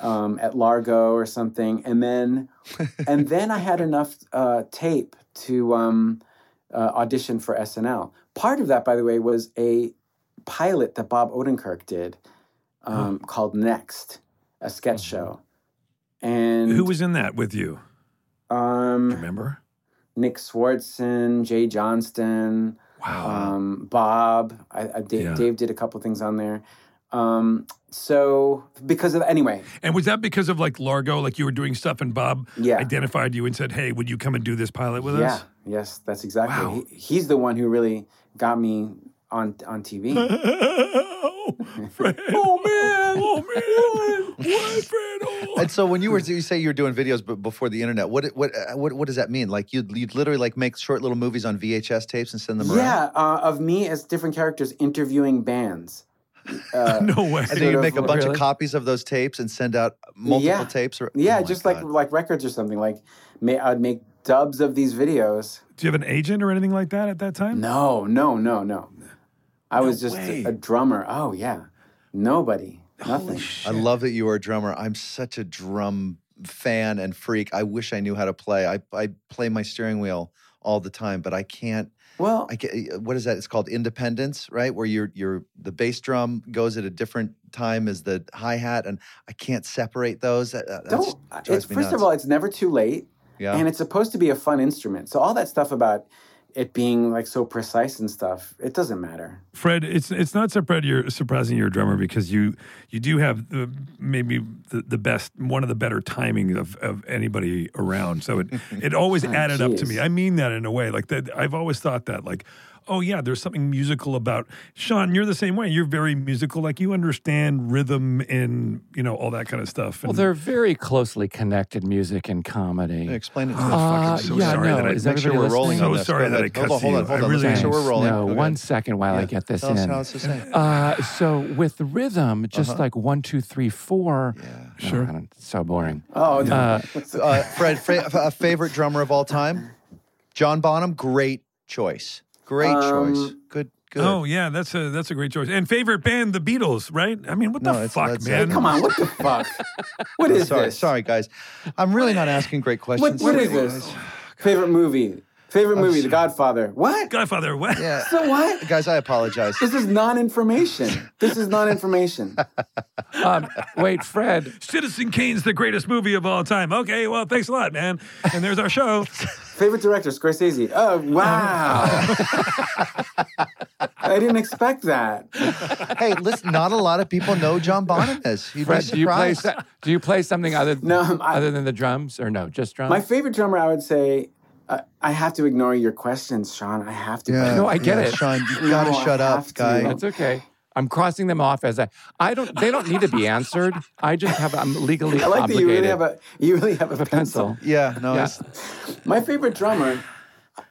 Speaker 5: um, at Largo or something, and then and then I had enough uh, tape to um, uh, audition for SNL. Part of that, by the way, was a pilot that Bob Odenkirk did um, called Next, a sketch show, and
Speaker 2: Mm-hmm. Who was in that with you? Do you
Speaker 5: um,
Speaker 2: remember?
Speaker 5: Nick Swartzen, Jay Johnston.
Speaker 2: Wow.
Speaker 5: um, Bob. I, I, Dave,
Speaker 2: Ah. Yeah.
Speaker 5: Dave did a couple things on there. Um, so because of anyway,
Speaker 2: and was that because of like Largo, like you were doing stuff and Bob
Speaker 5: Yeah.
Speaker 2: identified you and said, hey, would you come and do this pilot with
Speaker 5: yeah,
Speaker 2: us?
Speaker 5: yes, that's exactly.
Speaker 2: Wow.
Speaker 5: He, he's the one who really got me on on TV.
Speaker 2: oh, Fred. Oh, man. Oh, man. What, Fred? Oh.
Speaker 1: And so when you were you say you were doing videos but before the internet, what what uh, what what does that mean? Like you'd you'd literally like make short little movies on VHS tapes and send them around.
Speaker 5: yeah, uh, of me as different characters interviewing bands. Uh,
Speaker 2: no way.
Speaker 1: And then
Speaker 5: Sort
Speaker 1: you
Speaker 5: of,
Speaker 1: make a bunch
Speaker 3: really?
Speaker 1: of copies of those tapes and send out multiple
Speaker 5: Yeah.
Speaker 1: tapes. Or,
Speaker 5: yeah,
Speaker 1: oh my
Speaker 5: just like
Speaker 1: God.
Speaker 5: like records or something. Like ma- I'd make dubs of these videos.
Speaker 2: Do you have an agent or anything like that at that time?
Speaker 5: No, no, no, no. I was just
Speaker 2: way.
Speaker 5: a, a drummer. Oh yeah, nobody, nothing.
Speaker 1: I love that you are a drummer. I'm such a drum fan and freak. I wish I knew how to play. I I play my steering wheel all the time, but I can't.
Speaker 5: Well,
Speaker 1: I can What is that? It's called independence, right? Where your your the bass drum goes at a different time as the hi hat, and I can't separate those. That, that- that's-
Speaker 5: don't
Speaker 1: drives
Speaker 5: it's,
Speaker 1: me
Speaker 5: first of
Speaker 1: nuts.
Speaker 5: all it's never too late
Speaker 1: yeah.
Speaker 5: and it's supposed to be a fun instrument so all that stuff about it being like so precise and stuff it doesn't matter
Speaker 2: Fred, it's it's not surprising you're surprising you're a drummer because you you do have the, maybe the, the best one of the better timing of, of anybody around. So it it always
Speaker 1: Ah,
Speaker 2: added up to
Speaker 5: geez.
Speaker 2: me. I mean that in a way like that. I've always thought that like. Oh yeah, there's something musical about Sean. You're the same way. You're very musical. Like you understand rhythm and you know all that kind of stuff.
Speaker 3: Well,
Speaker 2: And
Speaker 3: they're very closely connected, music and comedy.
Speaker 1: Explain it. To
Speaker 2: Oh,
Speaker 1: us.
Speaker 2: fucking
Speaker 3: Uh,
Speaker 2: so
Speaker 3: yeah,
Speaker 2: sorry
Speaker 3: no,
Speaker 2: that I-
Speaker 3: is
Speaker 1: Make sure
Speaker 3: everybody
Speaker 1: we're rolling.
Speaker 2: So
Speaker 1: on
Speaker 3: listening?
Speaker 1: this.
Speaker 2: sorry
Speaker 1: Go
Speaker 2: that
Speaker 1: ahead.
Speaker 2: I
Speaker 1: Hold
Speaker 2: cut
Speaker 1: on, hold
Speaker 2: you.
Speaker 1: on, hold
Speaker 2: I
Speaker 1: on. Let's
Speaker 2: really
Speaker 1: make sure we're
Speaker 3: Thanks.
Speaker 1: rolling.
Speaker 3: No,
Speaker 1: Go
Speaker 3: one
Speaker 1: ahead.
Speaker 3: second while I get this
Speaker 1: Tell us
Speaker 3: in.
Speaker 1: how it's the same.
Speaker 3: Uh, so with rhythm, just like one, two, three, four.
Speaker 1: Yeah.
Speaker 3: No, I don't- it's so boring.
Speaker 5: oh no.
Speaker 3: Uh,
Speaker 1: uh, Fred, fra- a favorite drummer of all time, John Bonham. Great choice. Great
Speaker 5: Um,
Speaker 1: choice. Good. Good.
Speaker 2: oh yeah, that's a that's a great choice. And favorite band, the Beatles, right? I mean, what
Speaker 1: No,
Speaker 2: the
Speaker 1: it's-
Speaker 2: fuck,
Speaker 1: that's-
Speaker 2: man?
Speaker 5: come on what the fuck what is
Speaker 1: Uh, sorry,
Speaker 5: this
Speaker 1: sorry, guys. I'm really not asking great
Speaker 5: what,
Speaker 1: questions.
Speaker 5: what is
Speaker 1: today,
Speaker 5: this
Speaker 1: guys.
Speaker 5: favorite movie favorite
Speaker 1: Oh,
Speaker 5: movie the godfather what
Speaker 2: Godfather. What?
Speaker 1: Yeah,
Speaker 5: so what
Speaker 1: guys, I apologize.
Speaker 5: this is non-information this is non-information
Speaker 3: um, wait, Fred.
Speaker 2: Citizen Kane's the greatest movie of all time. Okay, well, thanks a lot, man. And there's our show.
Speaker 5: favorite director scorsese oh wow i didn't expect that
Speaker 1: hey, listen, not a lot of people know John Bonham is. You'd
Speaker 3: Fred,
Speaker 1: be
Speaker 3: do you play?
Speaker 1: surprised.
Speaker 3: so- Do you play something other?
Speaker 5: No, I'm- I-
Speaker 3: other than the drums, or no, just drums?
Speaker 5: My favorite drummer, I would say, uh, I have to ignore your questions, Sean. I have to.
Speaker 1: Yeah,
Speaker 3: No, I get
Speaker 1: yeah,
Speaker 3: it.
Speaker 1: Sean. You
Speaker 5: No,
Speaker 1: gotta
Speaker 5: I
Speaker 1: shut
Speaker 5: have
Speaker 1: up,
Speaker 5: to.
Speaker 1: guy.
Speaker 3: That's okay. I'm crossing them off as I. I don't. They don't need to be answered. I just have. I'm legally
Speaker 5: I like that you
Speaker 3: obligated.
Speaker 5: really have a you really have a,
Speaker 3: with a pencil.
Speaker 1: Yeah, no,
Speaker 3: Yeah.
Speaker 1: it's
Speaker 5: My favorite drummer,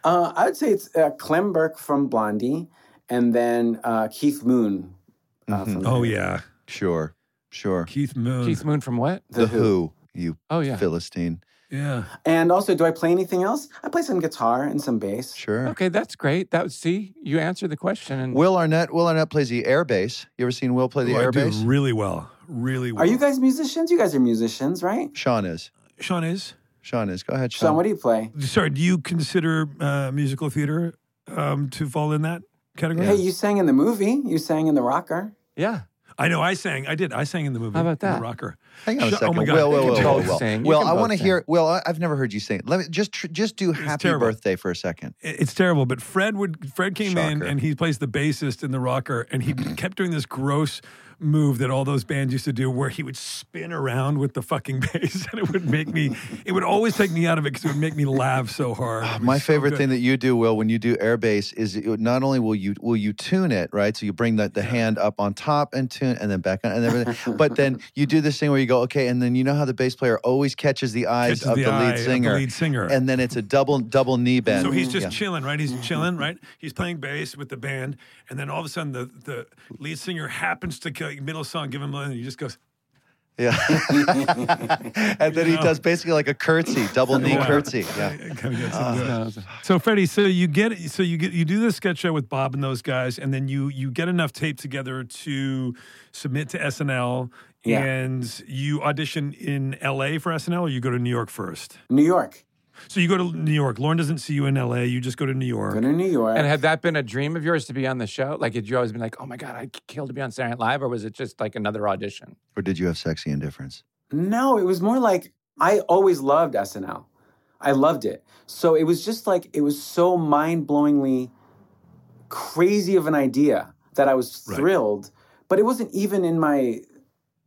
Speaker 5: uh, I would say it's uh, Clem Burke from Blondie, and then uh, Keith Moon. Uh, from
Speaker 2: Oh, yeah.
Speaker 1: sure, sure.
Speaker 2: Keith Moon.
Speaker 3: Keith Moon from what?
Speaker 1: The, Who, you
Speaker 3: Oh yeah.
Speaker 1: philistine.
Speaker 2: Yeah.
Speaker 5: And also, do I play anything else? I play some guitar and some bass.
Speaker 1: Sure.
Speaker 3: Okay, that's great. That was, see, you answered the question. And
Speaker 1: Will Arnett. Will Arnett plays the air bass. You ever seen Will play the
Speaker 2: Who Oh, I
Speaker 1: air
Speaker 2: do
Speaker 1: bass?
Speaker 2: really well. Really well.
Speaker 5: Are you guys musicians? You guys are musicians, right?
Speaker 1: Sean is.
Speaker 2: Sean is?
Speaker 1: Sean is. Go ahead, Sean.
Speaker 5: Sean, what do you play?
Speaker 2: Sorry, do you consider uh, musical theater um, to fall in that category?
Speaker 5: Hey, you sang in the movie. You sang in the rocker.
Speaker 3: yeah,
Speaker 2: I know I sang. I did. I sang in the movie.
Speaker 3: How about
Speaker 2: in The
Speaker 3: that?
Speaker 2: Rocker.
Speaker 1: Hang on a
Speaker 2: Sh- oh
Speaker 1: second.
Speaker 2: my God.
Speaker 1: Will, Will,
Speaker 2: You
Speaker 1: Will,
Speaker 2: can
Speaker 1: Will,
Speaker 3: both
Speaker 1: Will.
Speaker 3: sing. You
Speaker 1: Will,
Speaker 3: can
Speaker 1: I
Speaker 3: both
Speaker 1: want to
Speaker 3: sing.
Speaker 1: hear. Will, I, I've never heard you sing. Let me just tr- just do "Happy
Speaker 2: terrible.
Speaker 1: Birthday" for a second.
Speaker 2: It's terrible, but Fred would Fred came in
Speaker 1: Shocker.
Speaker 2: and he plays the bassist in the rocker, and he kept doing this gross move that all those bands used to do, where he would spin around with the fucking bass, and it would make me, it would always take me out of it because it would make me laugh so hard. It was
Speaker 1: Ah, My
Speaker 2: so
Speaker 1: favorite
Speaker 2: good.
Speaker 1: thing that you do, Will, when you do air bass is you- not only will you will you tune it right, so you bring the, the hand up on top and tune, and then back on, and everything. but then you do this thing where you go, okay, and then you know how the bass player always catches the eyes
Speaker 2: Catches
Speaker 1: of
Speaker 2: the
Speaker 1: the
Speaker 2: eye
Speaker 1: lead
Speaker 2: of the
Speaker 1: singer,
Speaker 2: lead singer.
Speaker 1: and then it's a double double knee bend.
Speaker 2: So he's just
Speaker 1: Yeah.
Speaker 2: chilling, right? He's chilling, right? He's playing bass with the band, and then all of a sudden, the, the lead singer happens to kill, middle song, give him, a- and he just goes,
Speaker 1: yeah, and then he does basically like a curtsy, double knee
Speaker 2: Yeah.
Speaker 1: curtsy. Yeah.
Speaker 2: Gotta get
Speaker 1: Ah.
Speaker 2: some good. So Freddie, so you get so you get you do this sketch show with Bob and those guys, and then you you get enough tape together to submit to SNL,
Speaker 5: Yeah.
Speaker 2: and you audition in LA for SNL or you go to New York first?
Speaker 5: New York.
Speaker 2: So you go to New York. Lauren doesn't see you in LA. You just go to New York.
Speaker 5: Go to New York.
Speaker 3: And had that been a dream of yours to be on the show? Like, had you always been like, oh my God, I killed to be on Saturday Night Live? Or was it just like another audition?
Speaker 1: Or did you have sexy indifference?
Speaker 5: No, it was more like I always loved SNL. I loved it. So it was just like it was so mind-blowingly crazy of an idea that I was
Speaker 2: Right.
Speaker 5: thrilled, but it wasn't even in my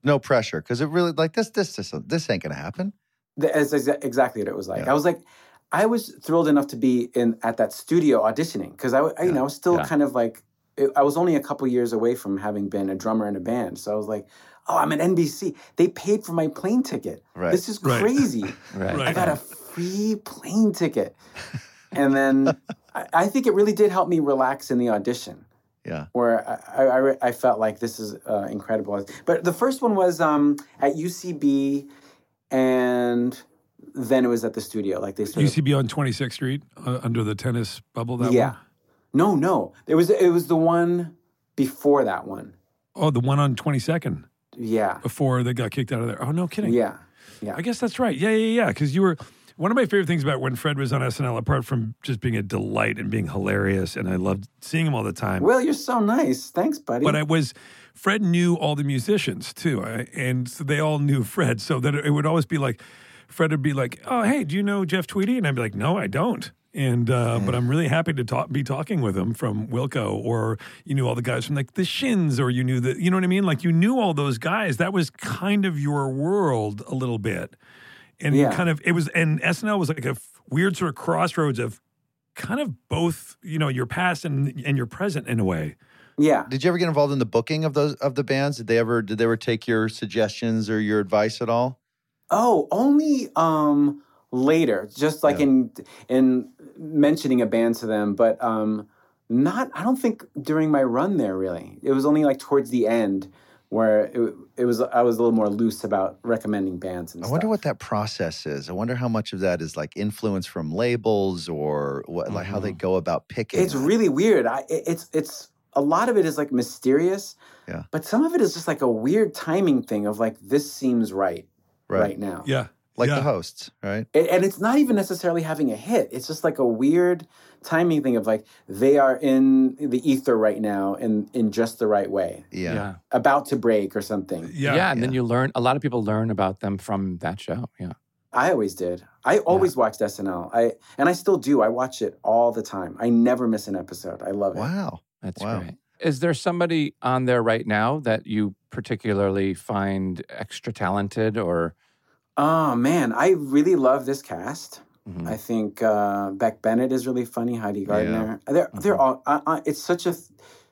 Speaker 1: No pressure, because it really like this. This this this ain't gonna happen.
Speaker 5: that's exa- exactly what it was like.
Speaker 1: Yeah.
Speaker 5: I was like I was thrilled enough to be in at that studio auditioning cuz I, w- I, you
Speaker 1: Yeah.
Speaker 5: know, I was still
Speaker 4: Yeah.
Speaker 5: kind of like it, I was only a couple years away from having been a drummer in a band. So I was like, "Oh, I'm at NBC. They paid for my plane ticket.
Speaker 1: Right.
Speaker 5: This is
Speaker 2: Right.
Speaker 5: crazy."
Speaker 4: Right.
Speaker 2: Right.
Speaker 5: I got a free plane ticket. And then I, I think it really did help me relax in the audition
Speaker 1: yeah.
Speaker 5: where I, I- I, re- I felt like this is uh, incredible. But the first one was um, at UCB and then it was at the studio. Like they sort of-
Speaker 2: UCB on 26th Street uh, under the tennis bubble. That
Speaker 5: Yeah.
Speaker 2: one?
Speaker 5: No, no. It was, it was the one before that one.
Speaker 2: Oh, the one on 22nd
Speaker 5: Yeah.
Speaker 2: before they got kicked out of there. Oh, no Oh, kidding.
Speaker 5: Yeah.
Speaker 2: I guess that's right. Yeah, yeah, yeah. Because you were one of my favorite things about when Fred was on SNL, apart from just being a delight and being hilarious, and I loved seeing him all the time.
Speaker 5: Will, you're so nice. Thanks, buddy.
Speaker 2: but I was Fred knew all the musicians too, I, and so they all knew Fred. So that it would always be like Fred would be like, "Oh, hey, do you know Jeff Tweedy?" And I'd be like, "No, I don't." And uh, but I'm really happy to talk, be talking with him from Wilco, or you knew all the guys from like the Shins, or you knew the, you know what I mean? Like you knew all those guys. That was kind of your world a little bit, and
Speaker 5: Yeah.
Speaker 2: kind of it was. And SNL was like a f- weird sort of crossroads of kind of both, you know, your past and and your present in a way.
Speaker 5: yeah.
Speaker 1: Did you ever get involved in the booking of those of the bands? Did they ever did they ever take your suggestions or your advice at all?
Speaker 5: Oh, only um later, just like
Speaker 1: Yeah.
Speaker 5: in in mentioning a band to them, but um not I don't think during my run there really. It was only like towards the end where it, it was I was a little more loose about recommending bands and
Speaker 1: I wonder
Speaker 5: stuff.
Speaker 1: what that process is. I wonder how much of that is like influence from labels or what, like how they go about picking.
Speaker 5: Mm-hmm. It's really weird. I it- it's it's a lot of it is like mysterious.
Speaker 1: Yeah.
Speaker 5: But some of it is just like a weird timing thing of like this seems right right, now.
Speaker 2: Yeah.
Speaker 1: like
Speaker 2: yeah.
Speaker 1: the hosts, right?
Speaker 5: A- and it's not even necessarily having a hit it's just like a weird timing thing of like they are in the ether right now in in just the right way
Speaker 1: Yeah.
Speaker 5: about to break or something
Speaker 2: Yeah.
Speaker 3: Yeah. and then you learn, a lot of people learn about them from that show. Yeah.
Speaker 5: i always did i always watched snl i and i still do i watch it all the time i never miss an episode i love it
Speaker 1: Wow.
Speaker 3: That's
Speaker 1: Wow.
Speaker 3: great. Is there somebody on there right now that you particularly find extra talented or?
Speaker 5: oh man i really love this cast
Speaker 3: mm-hmm,
Speaker 4: Mhm.
Speaker 5: I think uh, Beck Bennett is really funny. Heidi Gardner. They're they're all. I, I, it's such a th-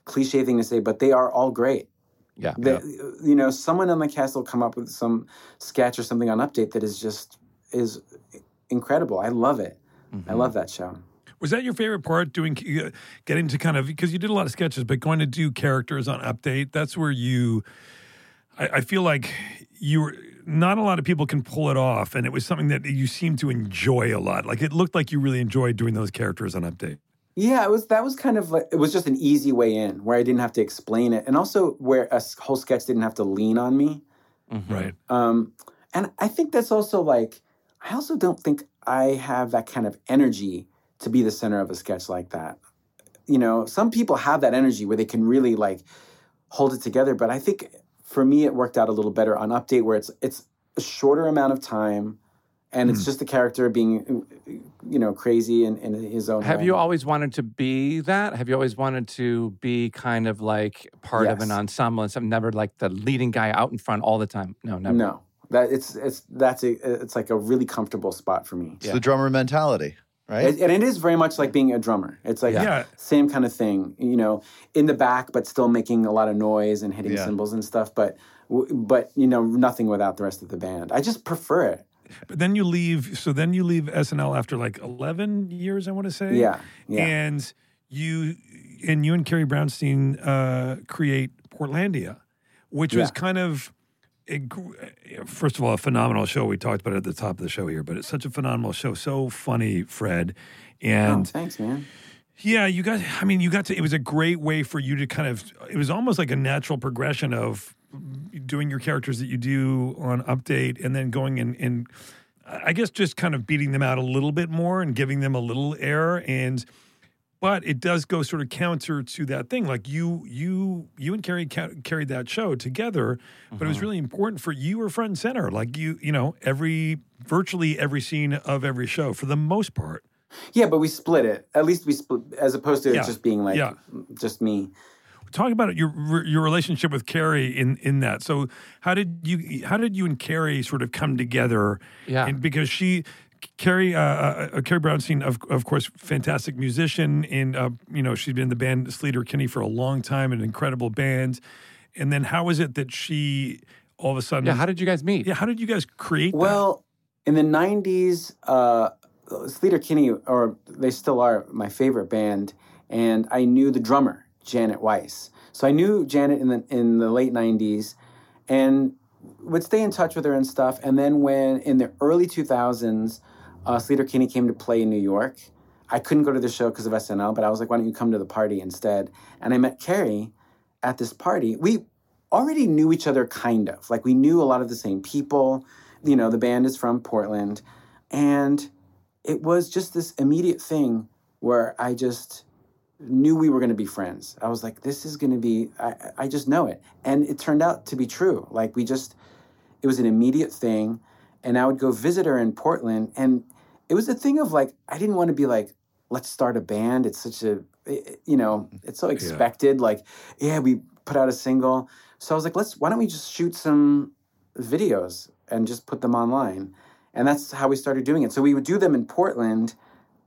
Speaker 5: cliche thing to say, but they are all great.
Speaker 4: Yeah.
Speaker 5: They, uh, You know, someone on the cast will come up with some sketch or something on update that is just is incredible. I love it.
Speaker 3: Mm-hmm.
Speaker 4: Mm-hmm.
Speaker 5: I love that show.
Speaker 2: Was that your favorite part doing uh, getting to kind of because you did a lot of sketches, but going to do characters on update, that's where you I, I feel like you were not a lot of people can pull it off. And it was something that you seemed to enjoy a lot. Like it looked like you really enjoyed doing those characters on update.
Speaker 5: Yeah, it was that was kind of like it was just an easy way in where I didn't have to explain it, and also where a s- whole sketch didn't have to lean on me.
Speaker 3: Mm-hmm.
Speaker 2: Right.
Speaker 5: Um, and I think that's also like, I also don't think I have that kind of energy to be the center of a sketch like that. You know, some people have that energy where they can really like hold it together, but I think for me it worked out a little better on update where it's it's a shorter amount of time and
Speaker 3: Hmm.
Speaker 5: it's just the character being you know crazy in, in his own
Speaker 3: Have
Speaker 5: way.
Speaker 3: you always wanted to be that? Have you always wanted to be kind of like part of an
Speaker 5: Yes.
Speaker 3: ensemble and some never like the leading guy out in front all the time? No, never.
Speaker 5: no that it's it's that's a, it's like a really comfortable spot for me
Speaker 1: It's the drummer mentality, right?
Speaker 5: It- and it is very much like being a drummer it's like
Speaker 2: Yeah.
Speaker 5: same kind of thing you know in the back but still making a lot of noise and hitting
Speaker 1: Yeah.
Speaker 5: cymbals and stuff but w- but you know nothing without the rest of the band i just prefer it
Speaker 2: But then you leave so then you leave SNL after like eleven years, I want to say.
Speaker 5: yeah yeah
Speaker 2: and you and you and Carrie Brownstein uh, create Portlandia, which was
Speaker 5: Yeah.
Speaker 2: kind of a, gr- first of all a phenomenal show. We talked about it at the top of the show here, but it's such a phenomenal show, so funny, Fred,
Speaker 5: oh,
Speaker 2: and
Speaker 5: thanks man
Speaker 2: yeah, you got. I mean, you got to. It was a great way for you to kind of. It was almost like a natural progression of doing your characters that you do on update and then going and and I guess just kind of beating them out a little bit more and giving them a little air and but it does go sort of counter to that thing like you you you and Carrie ca- carried that show together but it was really important for you were front and center like you you know every virtually every scene of every show for the most part
Speaker 5: Yeah, but we split it. At least we split, as opposed to it
Speaker 2: Yeah.
Speaker 5: just being like
Speaker 2: Yeah.
Speaker 5: just me.
Speaker 2: talk about your your relationship with Carrie in in that. So how did you how did you and Carrie sort of come together?
Speaker 3: Yeah.
Speaker 2: and because she. Carrie, uh, uh, Carrie Brownstein, of of course, fantastic musician, and uh, you know she's been the band leader Kenny for a long time, an incredible band. And then how is it that she all of a sudden?
Speaker 3: Yeah, how did you guys meet?
Speaker 2: yeah, how did you guys create?
Speaker 5: Well, in the '90s, uh, Sleater Kinney, or they still are my favorite band, and I knew the drummer Janet Weiss. So I knew Janet in the in the late '90s, and would stay in touch with her and stuff. And then when in the early 2000s, uh, Sleater Kinney came to play in New York. I couldn't go to the show because of SNL, but I was like, why don't you come to the party instead? And I met Carrie at this party. We already knew each other kind of. Like we knew a lot of the same people. You know, the band is from Portland. And it was just this immediate thing where I just knew we were going to be friends. I was like, this is going to be, I, I just know it. And it turned out to be true. Like we just, it was an immediate thing. And I would go visit her in Portland. And it was a thing of like, I didn't want to be like, let's start a band. It's such a, it- it- you know, it's so expected. Like, yeah, we put out a single. So I was like, let's, why don't we just shoot some videos and just put them online? And that's how we started doing it. So we would do them in Portland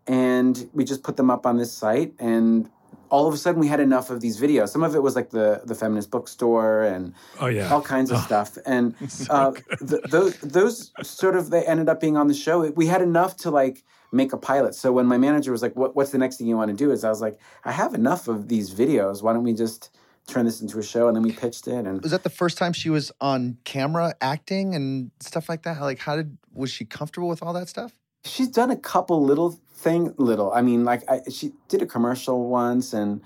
Speaker 5: and we just put them up on this site and all of a sudden we had enough of these videos some of it was like the the feminist bookstore and
Speaker 2: Oh, yeah.
Speaker 5: all kinds of stuff and uh, th- those those sort of they ended up being on the show It- we had enough to like make a pilot so when my manager was like what, what's the next thing you want to do is i was like i have enough of these videos why don't we just turn this into a show and then we pitched it and
Speaker 1: Was that the first time she was on camera acting and stuff like that? How- Like, how did was she comfortable with all that stuff?
Speaker 5: She's done a couple little thing, little. I mean, like I, she did a commercial once, and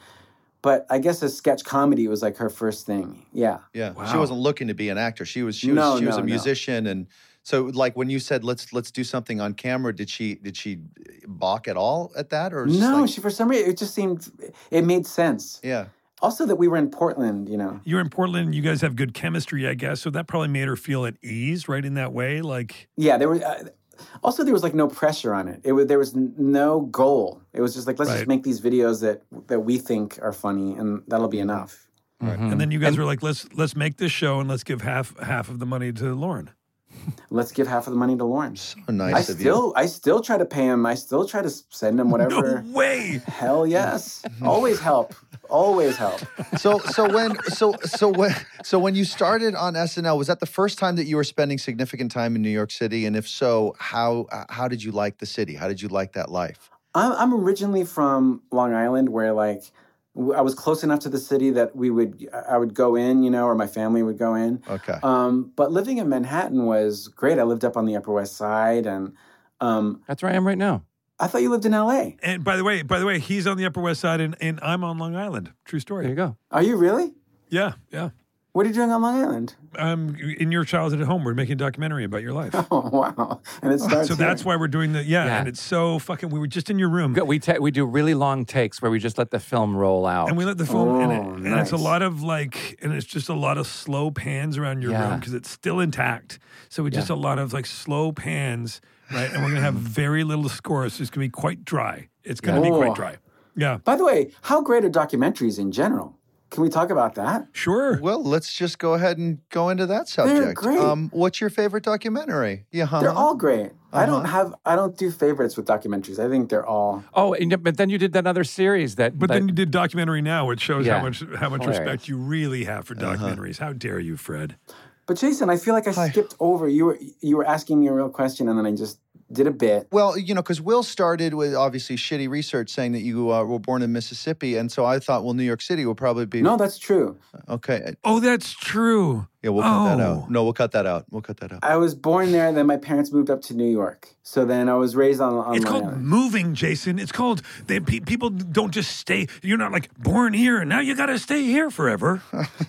Speaker 5: but I guess a sketch comedy was like her first thing. Yeah,
Speaker 1: Yeah, she
Speaker 2: Wow.
Speaker 1: wasn't looking to be an actor. She was she was
Speaker 5: No,
Speaker 1: she was
Speaker 5: no,
Speaker 1: a
Speaker 5: no.
Speaker 1: musician, and so like when you said let's let's do something on camera, did she did she eh, balk at all at that or just
Speaker 5: no,
Speaker 1: like-
Speaker 5: she for some reason it just seemed it made sense.
Speaker 1: yeah
Speaker 5: Also that we were in Portland, you know.
Speaker 2: you're in Portland. You guys have good chemistry, I guess. So that probably made her feel at ease, right? In that way, like
Speaker 5: Yeah, there were. Uh, also, there was like no pressure on it. It was there was n- no goal. It was just like let's
Speaker 2: Right.
Speaker 5: just make these videos that that we think are funny, and that'll be
Speaker 1: Mm-hmm.
Speaker 5: enough.
Speaker 4: Mm-hmm. Hmm.
Speaker 2: And then you guys were like, let's let's make this show and let's give half half of the money to Lauren.
Speaker 5: Let's give half of the money to Lauren.
Speaker 1: so nice
Speaker 5: I
Speaker 1: of
Speaker 5: still, I still try to pay him. I still try to s- send him whatever.
Speaker 2: No way.
Speaker 5: Hell yes. Always help. Always help.
Speaker 1: you. So so when so so when so when you started on SNL, was that the first time that you were spending significant time in New York City? And if so, how uh, how did you like the city? How did you like that life?
Speaker 5: I'm, I'm originally from Long Island, where like w- I was close enough to the city that we would, I would go in, you know, or my family would go in.
Speaker 1: Okay,
Speaker 5: Um, but living in Manhattan was great. I lived up on the Upper West Side, and um,
Speaker 4: That's where I am right now.
Speaker 5: I thought you lived in L.A.
Speaker 2: And by the way, by the way, he's on the Upper West Side and, and I'm on Long Island. True
Speaker 4: There you
Speaker 2: story.
Speaker 4: go.
Speaker 5: Are you really?
Speaker 2: Yeah, yeah.
Speaker 5: What are you doing on Long Island?
Speaker 2: I'm in your childhood at home. We're making a documentary about your life.
Speaker 5: Oh wow! And it starts.
Speaker 2: so that's
Speaker 5: here.
Speaker 2: why we're doing the yeah,
Speaker 4: Yeah.
Speaker 2: And it's so fucking. We were just in your room.
Speaker 4: Go- We ta- we do really long takes where we just let the film roll out.
Speaker 2: And we let the film, and, it,
Speaker 5: Oh,
Speaker 2: and it's a
Speaker 5: nice.
Speaker 2: lot of like, and it's just a lot of slow pans around your
Speaker 4: Yeah.
Speaker 2: room because it's still intact. So it's just a lot of like slow pans, right? And we're gonna have very little scores. So it's gonna be quite dry. It's gonna be
Speaker 5: Oh.
Speaker 2: quite dry. Yeah,
Speaker 5: By the way, how great are documentaries in general? Can we talk about that?
Speaker 2: sure.
Speaker 1: well let's just go ahead and go into that subject.
Speaker 5: great.
Speaker 1: Um, what's your favorite documentary? Yeah, huh?
Speaker 5: They're
Speaker 2: Uh-huh.
Speaker 5: all great. I don't have. I don't do favorites with documentaries. I think they're all.
Speaker 4: oh, and, yet- but then you did that other series that.
Speaker 2: But
Speaker 4: that-
Speaker 2: then you did documentary now, which shows
Speaker 4: Yeah.
Speaker 2: how much how much
Speaker 4: Hilarious.
Speaker 2: respect you really have for documentaries. How dare you, Fred?
Speaker 5: But Jason, I feel like I skipped over. You were you were asking me a real question, and then I just did a bit.
Speaker 1: Well, you know, because Will started with obviously shitty research saying that you uh, were born in Mississippi, and so I thought, well, New York City would probably be
Speaker 5: No, that's true.
Speaker 1: okay. eh,
Speaker 2: Oh, that's true.
Speaker 1: Yeah, we'll cut that
Speaker 2: Oh.
Speaker 1: out. No, we'll cut that out. We'll cut that out.
Speaker 5: I was born there, then my parents moved up to New York. So then I was raised on, on
Speaker 2: Oh. It's
Speaker 5: Long
Speaker 2: called
Speaker 5: Island.
Speaker 2: moving, Jason. It's called they, pe- people don't just stay. You're not like born here and now you got to stay here forever.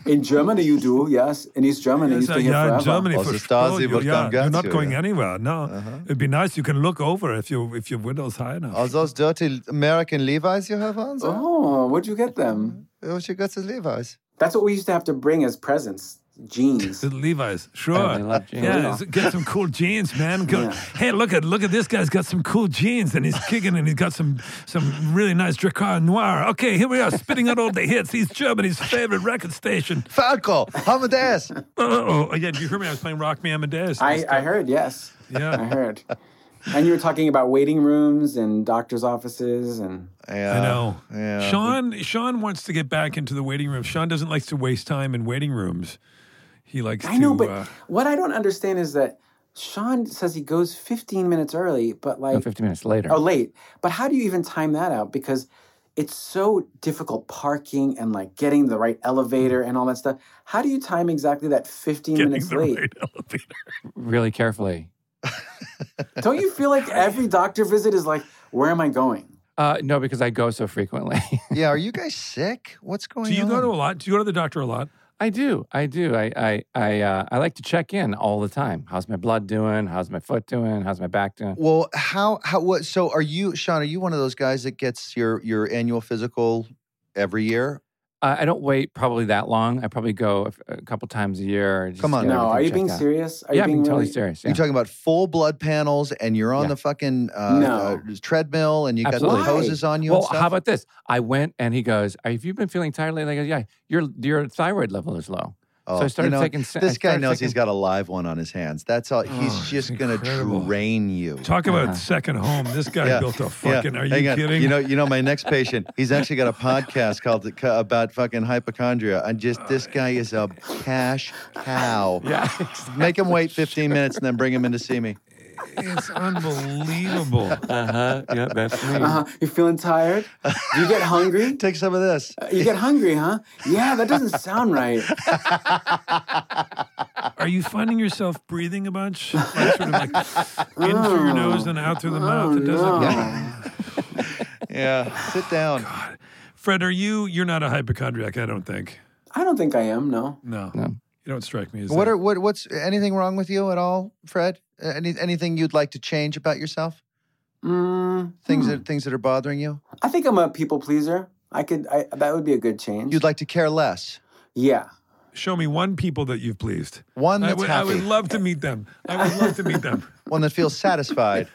Speaker 5: In Germany, you do, yes. In East Germany, you
Speaker 2: It's
Speaker 5: stay
Speaker 2: like,
Speaker 5: here
Speaker 2: Mm-hmm. yeah,
Speaker 5: forever.
Speaker 2: Germany
Speaker 1: Also
Speaker 2: for
Speaker 1: Stasi
Speaker 2: sure. You,
Speaker 1: wird
Speaker 2: yeah,
Speaker 1: dann
Speaker 2: you're
Speaker 1: ganz
Speaker 2: not
Speaker 1: schön,
Speaker 2: going
Speaker 1: yeah.
Speaker 2: anywhere. No, it'd be nice. You can look over if you if your window's high enough.
Speaker 1: Are those dirty American Levi's you have on? sir?
Speaker 5: Oh, where'd you get them?
Speaker 1: Oh, she got the Levi's.
Speaker 5: That's what we used to have to bring as presents jeans.
Speaker 2: The Levi's,
Speaker 4: Oh,
Speaker 2: sure.
Speaker 4: they love jeans.
Speaker 2: Yeah, s- get some cool jeans, man. Go,
Speaker 5: Yeah.
Speaker 2: Hey, look at look at this guy's got some cool jeans, and he's kicking, and he's got some some really nice Dracar Noir. Okay, here we are spitting out all the hits. He's Germany's favorite record station.
Speaker 1: Falco, haben das?
Speaker 2: Oh, oh, yeah. Did you hear me? I was playing Rock Me Amadeus.
Speaker 5: I, I heard, yes. I
Speaker 2: yeah,
Speaker 5: heard. And you were talking about waiting rooms and doctor's offices and
Speaker 1: Yeah,
Speaker 2: I know.
Speaker 1: Yeah.
Speaker 2: Sean Sean wants to get back into the waiting room. Sean doesn't like to waste time in waiting rooms. He likes.
Speaker 5: I know,
Speaker 2: to,
Speaker 5: but
Speaker 2: uh,
Speaker 5: what I don't understand is that Sean says he goes 15 minutes early, but
Speaker 4: No,
Speaker 5: like
Speaker 4: 15 minutes later.
Speaker 5: Oh, late. But how do you even time that out? Because it's so difficult parking and like getting the right elevator and all that stuff. How do you time exactly that 15
Speaker 2: getting
Speaker 5: minutes
Speaker 2: the
Speaker 5: late?
Speaker 2: right elevator.
Speaker 4: Really carefully.
Speaker 5: Don't you feel like every doctor visit is like, where am I going?
Speaker 4: Uh, no, because I go so frequently.
Speaker 1: yeah, are you guys sick? What's going
Speaker 2: Do you
Speaker 1: on?
Speaker 2: go to a lot? Do you go to the doctor a lot?
Speaker 4: I do. I do. I I I, uh, I like to check in all the time. How's my blood doing? How's my foot doing? How's my back doing?
Speaker 1: well, how how what? So, are you Sean? Are you one of those guys that gets your your annual physical every year?
Speaker 4: Uh, I don't wait probably that long. I probably go a, f- a couple times a year. just
Speaker 1: Come on.
Speaker 4: get
Speaker 5: no, are
Speaker 4: Oh, everything
Speaker 5: you being
Speaker 4: checked out.
Speaker 5: serious? Are
Speaker 4: yeah,
Speaker 5: you
Speaker 4: I'm
Speaker 5: being
Speaker 4: being totally
Speaker 5: really-
Speaker 4: serious.
Speaker 1: You're
Speaker 4: yeah.
Speaker 1: talking about full blood panels, and you're on
Speaker 4: Yeah.
Speaker 1: the fucking uh,
Speaker 5: No.
Speaker 1: uh, treadmill, and you
Speaker 4: Absolutely.
Speaker 1: got the hoses on you.
Speaker 4: well,
Speaker 1: and stuff?
Speaker 4: how about this? I went and he goes, "Have you been feeling tired lately?" I go, "Yeah, your your thyroid level is low."
Speaker 1: Oh,
Speaker 4: so I started
Speaker 1: you know,
Speaker 4: taking. sa- I
Speaker 1: This guy
Speaker 4: started
Speaker 1: knows
Speaker 4: taking-
Speaker 1: he's got a live one on his hands. That's all. He's
Speaker 2: Oh,
Speaker 1: just
Speaker 2: it's
Speaker 1: going to
Speaker 2: incredible.
Speaker 1: drain you.
Speaker 2: Talk about
Speaker 4: Uh-huh.
Speaker 2: second home. This guy
Speaker 1: Yeah,
Speaker 2: built a
Speaker 1: Yeah,
Speaker 2: fucking. Are you
Speaker 1: hang on.
Speaker 2: kidding?
Speaker 1: You know, you know, my next patient. He's actually got a podcast called the, co- about fucking hypochondria. And just this guy is a cash cow.
Speaker 4: Oh, Yeah.
Speaker 1: Make him wait 15 minutes and then bring him in to see me.
Speaker 2: it's unbelievable.
Speaker 4: Uh huh. Yeah, that's me.
Speaker 5: Uh-huh. You're feeling tired? Do you get hungry?
Speaker 1: Take some of this.
Speaker 5: Uh, You get hungry, huh? Yeah, that doesn't sound right.
Speaker 2: Are you finding yourself breathing a bunch, like, sort of like in through your nose and out through the mouth?
Speaker 5: Oh,
Speaker 2: It doesn't.
Speaker 5: no.
Speaker 1: Yeah, sit down.
Speaker 2: Fred, are you? You're not a hypochondriac, I don't think.
Speaker 5: I don't think I am, no.
Speaker 2: No,
Speaker 4: No.
Speaker 2: you don't strike me as.
Speaker 1: What
Speaker 2: that.
Speaker 1: are what what's anything wrong with you at all, Fred? Any anything you'd like to change about yourself?
Speaker 5: Mm,
Speaker 1: Things
Speaker 2: Hmm.
Speaker 1: that things that are bothering you?
Speaker 5: I think I'm a people pleaser. I could, I, that would be a good change.
Speaker 1: You'd like to care less.
Speaker 5: yeah.
Speaker 2: Show me one people that you've pleased.
Speaker 1: One
Speaker 2: I
Speaker 1: that's
Speaker 2: would, I
Speaker 1: happy.
Speaker 2: would love to meet them. I would love to meet them.
Speaker 1: one that feels satisfied.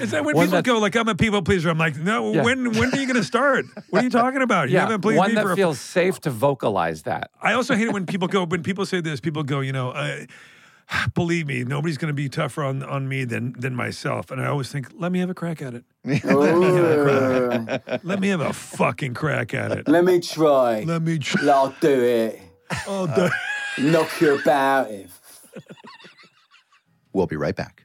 Speaker 2: Is that when
Speaker 4: One
Speaker 2: people
Speaker 4: that-
Speaker 2: go like, "I'm a people pleaser"? I'm like, "No,
Speaker 4: Yeah.
Speaker 2: when when are you going to start? What are you talking about? You
Speaker 4: Yeah,
Speaker 2: haven't pleased
Speaker 4: one
Speaker 2: me for
Speaker 4: that
Speaker 2: a
Speaker 4: feels safe to vocalize that.
Speaker 2: I also hate it when people go when people say this. People go, you know, uh, believe me, nobody's going to be tougher on on me than than myself. And I always think, let me have a crack at it.
Speaker 5: Ooh.
Speaker 2: Let me have a fucking crack at it.
Speaker 5: Let me try.
Speaker 2: Let me. Tr-
Speaker 5: I'll do it.
Speaker 2: I'll do-
Speaker 5: Knock you about it.
Speaker 1: We'll be right back.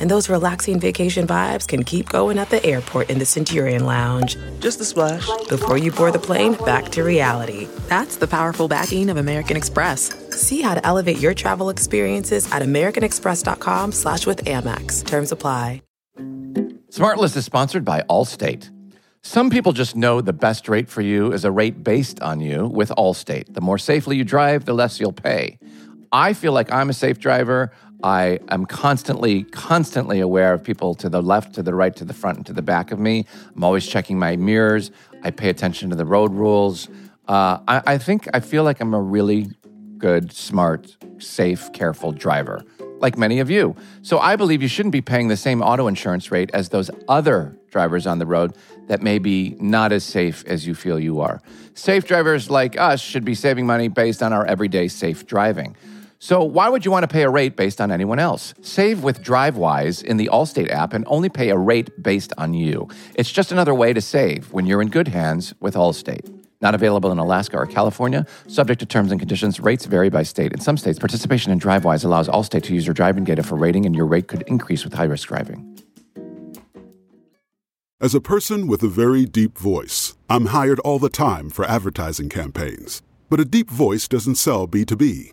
Speaker 6: And those relaxing vacation vibes can keep going at the airport in the Centurion Lounge.
Speaker 7: Just a splash.
Speaker 6: Before you board the plane, back to reality. That's the powerful backing of American Express. See how to elevate your travel experiences at americanexpress.com slash with Amex. Terms apply.
Speaker 4: SmartList is sponsored by Allstate. Some people just know the best rate for you is a rate based on you with Allstate. The more safely you drive, the less you'll pay. I feel like I'm a safe driver. I am constantly, constantly aware of people to the left, to the right, to the front, and to the back of me. I'm always checking my mirrors. I pay attention to the road rules. Uh, I, I think I feel like I'm a really good, smart, safe, careful driver, like many of you. So I believe you shouldn't be paying the same auto insurance rate as those other drivers on the road that may be not as safe as you feel you are. Safe drivers like us should be saving money based on our everyday safe driving. So why would you want to pay a rate based on anyone else? Save with DriveWise in the Allstate app and only pay a rate based on you. It's just another way to save when you're in good hands with Allstate. Not available in Alaska or California. Subject to terms and conditions. Rates vary by state. In some states, participation in DriveWise allows all state to use your driving data for rating, and your rate could increase with high risk driving.
Speaker 7: As a person with a very deep voice, I'm hired all the time for advertising campaigns. But a deep voice doesn't sell B2B,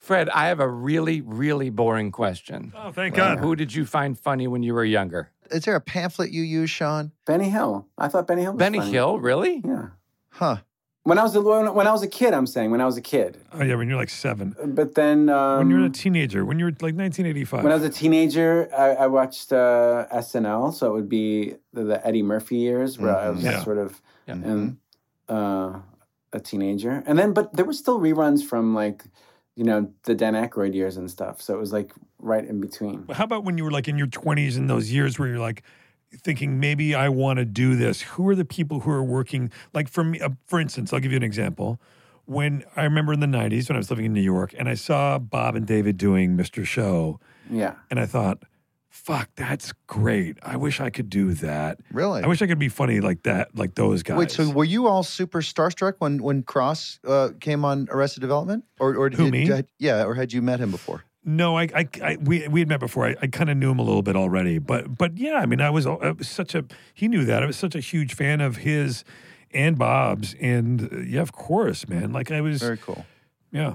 Speaker 4: Fred, I have a really, really boring question.
Speaker 2: Oh, thank God.
Speaker 4: Who did you find funny when you were younger?
Speaker 1: Is there a pamphlet you use, Sean?
Speaker 5: Benny Hill. I thought Benny Hill. Was
Speaker 4: Benny
Speaker 5: funny.
Speaker 4: Hill, really?
Speaker 5: Yeah.
Speaker 1: Huh.
Speaker 5: When I was a when, when I was a kid, I'm saying when I was a kid.
Speaker 2: Oh, yeah, when you're like seven.
Speaker 5: But then um,
Speaker 2: when you were a teenager, when you were like 1985.
Speaker 5: When I was a teenager, I, I watched uh, SNL, so it would be the, the Eddie Murphy years where I was
Speaker 2: Yeah.
Speaker 5: sort of
Speaker 4: Yeah.
Speaker 1: Mm,
Speaker 5: um,
Speaker 1: Mm-hmm.
Speaker 5: uh, a teenager, and then but there were still reruns from like you know the Dan Aykroyd years and stuff, so it was like right in between.
Speaker 2: How about when you were like in your 20s in those years where you're like thinking maybe I want to do this? Who are the people who are working? Like for me, uh, for instance, I'll give you an example. When I remember in the 90s when I was living in New York and I saw Bob and David doing Mr. Show
Speaker 5: Yeah,
Speaker 2: and I thought, fuck, that's great. I wish I could do that.
Speaker 1: Really?
Speaker 2: I wish I could be funny like that, like those guys.
Speaker 1: Wait, so were you all super starstruck when when Cross uh, came on Arrested Development, or or did
Speaker 2: Who,
Speaker 1: you,
Speaker 2: me?
Speaker 1: did- yeah, or had you met him before?
Speaker 2: No, I, I, I we, we had met before. I, I kind of knew him a little bit already, but, but yeah, I mean, I was, I was such a, he knew that I was such a huge fan of his and Bob's, and uh, yeah, of course, man. Like I was,
Speaker 1: Very cool.
Speaker 2: yeah,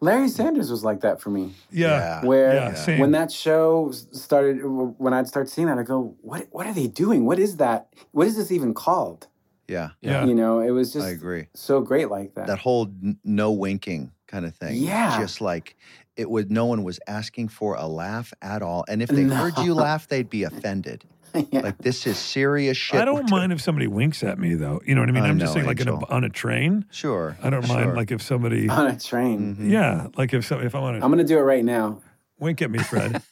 Speaker 5: Larry Sanders was like that for me.
Speaker 1: Uh,
Speaker 2: yeah,
Speaker 5: where
Speaker 2: Yeah, same.
Speaker 5: when that show s- started when I'd start seeing that I'd go what what are they doing what is that what is this even called
Speaker 1: Yeah,
Speaker 2: yeah.
Speaker 5: you know it was
Speaker 1: I
Speaker 5: just
Speaker 1: agree.
Speaker 5: so great like that,
Speaker 1: That whole n- no winking kind of thing.
Speaker 5: Yeah.
Speaker 1: just like it was. No one was asking for a laugh at all, and if they heard you
Speaker 5: No.
Speaker 1: laugh, they'd be offended.
Speaker 5: yeah.
Speaker 1: Like this is serious shit.
Speaker 2: I
Speaker 1: we're
Speaker 2: don't
Speaker 1: doing.
Speaker 2: mind if somebody winks at me though. You know what I mean?
Speaker 1: I
Speaker 2: I'm just
Speaker 1: know,
Speaker 2: saying, like in a,
Speaker 1: Angel.
Speaker 2: on a train,
Speaker 1: Sure,
Speaker 2: I don't mind.
Speaker 1: sure.
Speaker 2: Like if somebody,
Speaker 5: on a train
Speaker 1: Mhm.
Speaker 2: yeah, like if some, if I want to
Speaker 5: Uh, I'm gonna do it right now
Speaker 2: wink at me, Fred.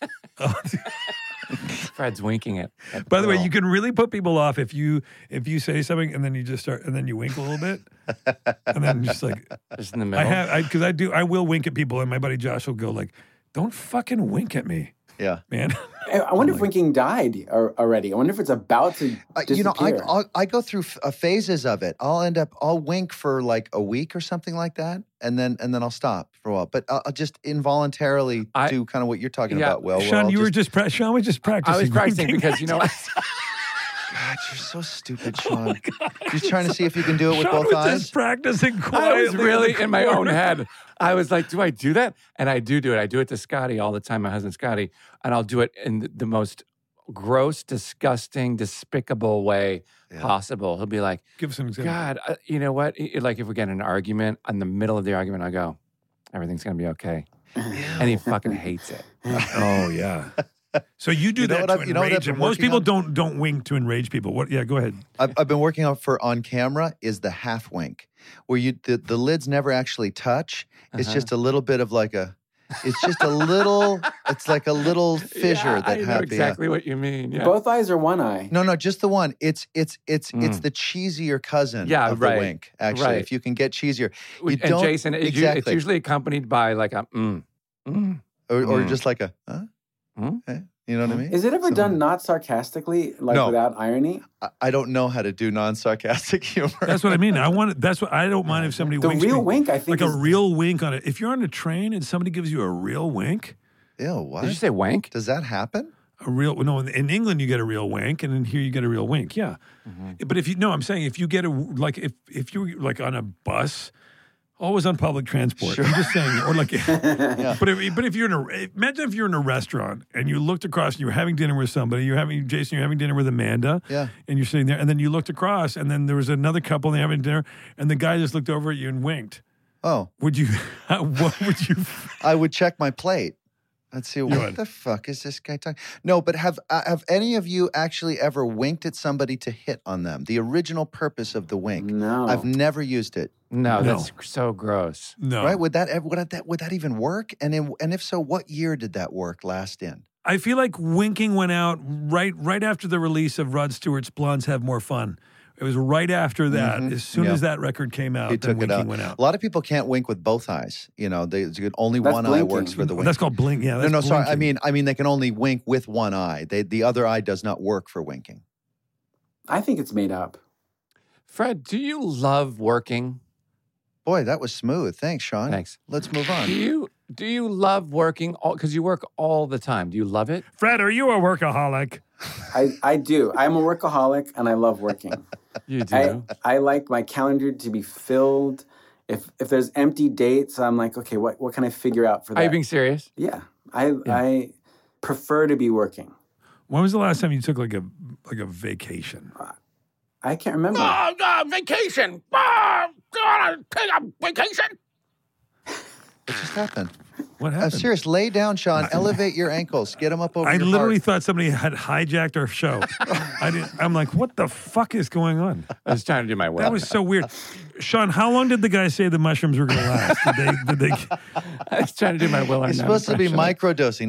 Speaker 4: Fred's winking it. at
Speaker 2: By the way,
Speaker 4: girl.
Speaker 2: you can really put people off if you if you say something and then you just start and then you wink a little bit, and then just like
Speaker 4: Just in the
Speaker 2: I
Speaker 4: middle.
Speaker 2: have because I, do I will wink at people and my buddy Josh will go like, "Don't fucking wink at me,
Speaker 1: Yeah.
Speaker 2: man."
Speaker 5: I, I wonder if winking died ar- already I wonder if it's about to
Speaker 1: Uh,
Speaker 5: disappear
Speaker 1: you know, I, I'll, I go through f- uh, phases of it. I'll end up, I'll wink for like a week or something like that, and then and then I'll stop for a while. But I'll, I'll just involuntarily
Speaker 4: I-
Speaker 1: do kind of what you're talking
Speaker 4: Yeah,
Speaker 1: about. Well, where
Speaker 2: Sean,
Speaker 1: I'll
Speaker 2: you were
Speaker 1: just,
Speaker 2: just pra- Sean was just practicing.
Speaker 4: I was practicing
Speaker 2: winking.
Speaker 4: because you know what?
Speaker 1: God, you're so stupid, Sean. you're trying to see if you can do it with
Speaker 2: Oh Sean
Speaker 1: both
Speaker 2: was
Speaker 1: eyes.
Speaker 2: just practicing
Speaker 4: I
Speaker 2: quietly.
Speaker 4: was really
Speaker 2: the
Speaker 4: in my own
Speaker 2: corner.
Speaker 4: head. I was like, do I do that? And I do do it. I do it to Scotty all the time, my husband Scotty, and I'll do it in th- the most gross, disgusting, despicable way
Speaker 1: Yeah.
Speaker 4: possible. He'll be like,
Speaker 2: Give some example.
Speaker 4: God, uh, you know what? I- like if we get in an argument, in the middle of the argument, I go, everything's going to be okay. And he fucking hates it.
Speaker 2: Oh yeah. So you do
Speaker 1: You know
Speaker 2: that
Speaker 1: what
Speaker 2: to
Speaker 1: I've- you know what I've
Speaker 2: enrage.
Speaker 1: been
Speaker 2: them. Most
Speaker 1: working
Speaker 2: people
Speaker 1: on?
Speaker 2: don't don't wink to enrage people. What? Yeah, go ahead.
Speaker 1: I've, I've been working on for on camera is the half wink, where you the, the lids never actually touch. It's
Speaker 4: Uh-huh.
Speaker 1: just a little bit of like a, it's just a little. it's like a little fissure
Speaker 4: Yeah,
Speaker 1: that uh,
Speaker 4: I know
Speaker 1: happened.
Speaker 4: exactly what you mean. Yeah.
Speaker 5: both eyes or one eye
Speaker 1: No, no, just the one. It's it's it's it's
Speaker 4: Mm.
Speaker 1: the cheesier cousin
Speaker 4: Yeah,
Speaker 1: of
Speaker 4: right,
Speaker 1: the wink. Actually,
Speaker 4: right.
Speaker 1: if you can get cheesier,
Speaker 4: We-
Speaker 1: you
Speaker 4: and
Speaker 1: don't-
Speaker 4: Jason, it, you- it's
Speaker 1: exactly.
Speaker 4: usually accompanied by like a mm, mm.
Speaker 1: or, or
Speaker 4: Mm.
Speaker 1: just like a, huh?
Speaker 4: Mm.
Speaker 1: Eh? You know what I mean?
Speaker 5: is it ever
Speaker 1: So-
Speaker 5: done not sarcastically like
Speaker 1: No.
Speaker 5: without irony
Speaker 1: I, I don't know how to do non-sarcastic humor.
Speaker 2: That's what I mean. I want. That's what I don't mind if somebody
Speaker 5: the
Speaker 2: winks
Speaker 5: real
Speaker 2: me.
Speaker 5: wink I think
Speaker 2: like a
Speaker 5: is-
Speaker 2: real wink on it. If you're on a train and somebody gives you a real wink,
Speaker 1: Ew, what?
Speaker 4: Did you say wank?
Speaker 1: Does that happen?
Speaker 2: a real no. In, in England, you get a real wink, and in here you get a real wink.
Speaker 4: Mm-hmm.
Speaker 2: Yeah, but if you no, I'm saying if you get a like if if you like on a bus Always on public transport. I'm just saying, or like, but if, but if you're in a imagine if you're in a restaurant and you looked across and you were having dinner with somebody, you're having Jason, you're having dinner with Amanda,
Speaker 1: Yeah.
Speaker 2: and you're sitting there, and then you looked across, and then there was another couple and they're having dinner, and the guy just looked over at you and winked.
Speaker 1: Oh,
Speaker 2: Would you? what would you?
Speaker 1: I would check my plate. Let's see what
Speaker 2: would.
Speaker 1: the fuck is this guy talking? No, but have uh, have any of you actually ever winked at somebody to hit on them? The original purpose of the wink.
Speaker 5: No.
Speaker 1: I've never used it.
Speaker 3: No,
Speaker 2: No.
Speaker 3: that's so gross.
Speaker 2: No,
Speaker 1: Right? Would that ev- would that would that even work? And in, and if so, what year did that work last in?
Speaker 2: I feel like winking went out right right after the release of Rod Stewart's "Blondes Have More Fun." It was right after that. As soon
Speaker 1: Mm-hmm. Yeah.
Speaker 2: as that record came out,
Speaker 1: He
Speaker 2: Oh, then
Speaker 1: took it
Speaker 2: winking
Speaker 1: out.
Speaker 2: went out.
Speaker 1: A lot of people can't wink with both eyes. You know, they, it's good- only
Speaker 5: That's
Speaker 1: one eye works
Speaker 5: blinking.
Speaker 1: for the
Speaker 2: Well,
Speaker 1: wink.
Speaker 2: Oh, that's called blink. Yeah,
Speaker 1: no,
Speaker 2: that's
Speaker 1: no, sorry. I
Speaker 2: blinking.
Speaker 1: mean, I mean, they can only wink with one eye. They, the other eye does not work for winking.
Speaker 5: I think it's made up.
Speaker 4: Fred, do you love working?
Speaker 1: Boy, that was smooth. Thanks, Sean.
Speaker 4: Thanks.
Speaker 1: Let's move on.
Speaker 4: Do you do you love working? Because you work all the time. Do you love it?
Speaker 2: Fred, are you a workaholic?
Speaker 5: I, I do. I'm a workaholic and I love working.
Speaker 4: You do.
Speaker 5: I, I like my calendar to be filled. If if there's empty dates, I'm like, okay, what, what can I figure out for that?
Speaker 4: Are you being serious?
Speaker 5: yeah. I I prefer to be working.
Speaker 2: When was the last time you took like a like a vacation?
Speaker 5: I can't remember.
Speaker 4: uh, vacation. Oh, God, take a vacation.
Speaker 1: What just happened?
Speaker 2: What
Speaker 1: I'm
Speaker 2: happened?
Speaker 1: serious. Lay down, Sean. Elevate your ankles. Get them up over.
Speaker 2: I
Speaker 1: your
Speaker 2: literally
Speaker 1: heart.
Speaker 2: thought somebody had hijacked our show. I didn't, I'm like, what the fuck is going on?
Speaker 4: I was trying to do my work.
Speaker 2: That was so weird. Sean, how long did the guy say the mushrooms were going to last? Did they, did they,
Speaker 4: I was trying to do my Will
Speaker 1: It's
Speaker 4: Arnett
Speaker 1: supposed to be
Speaker 4: impression.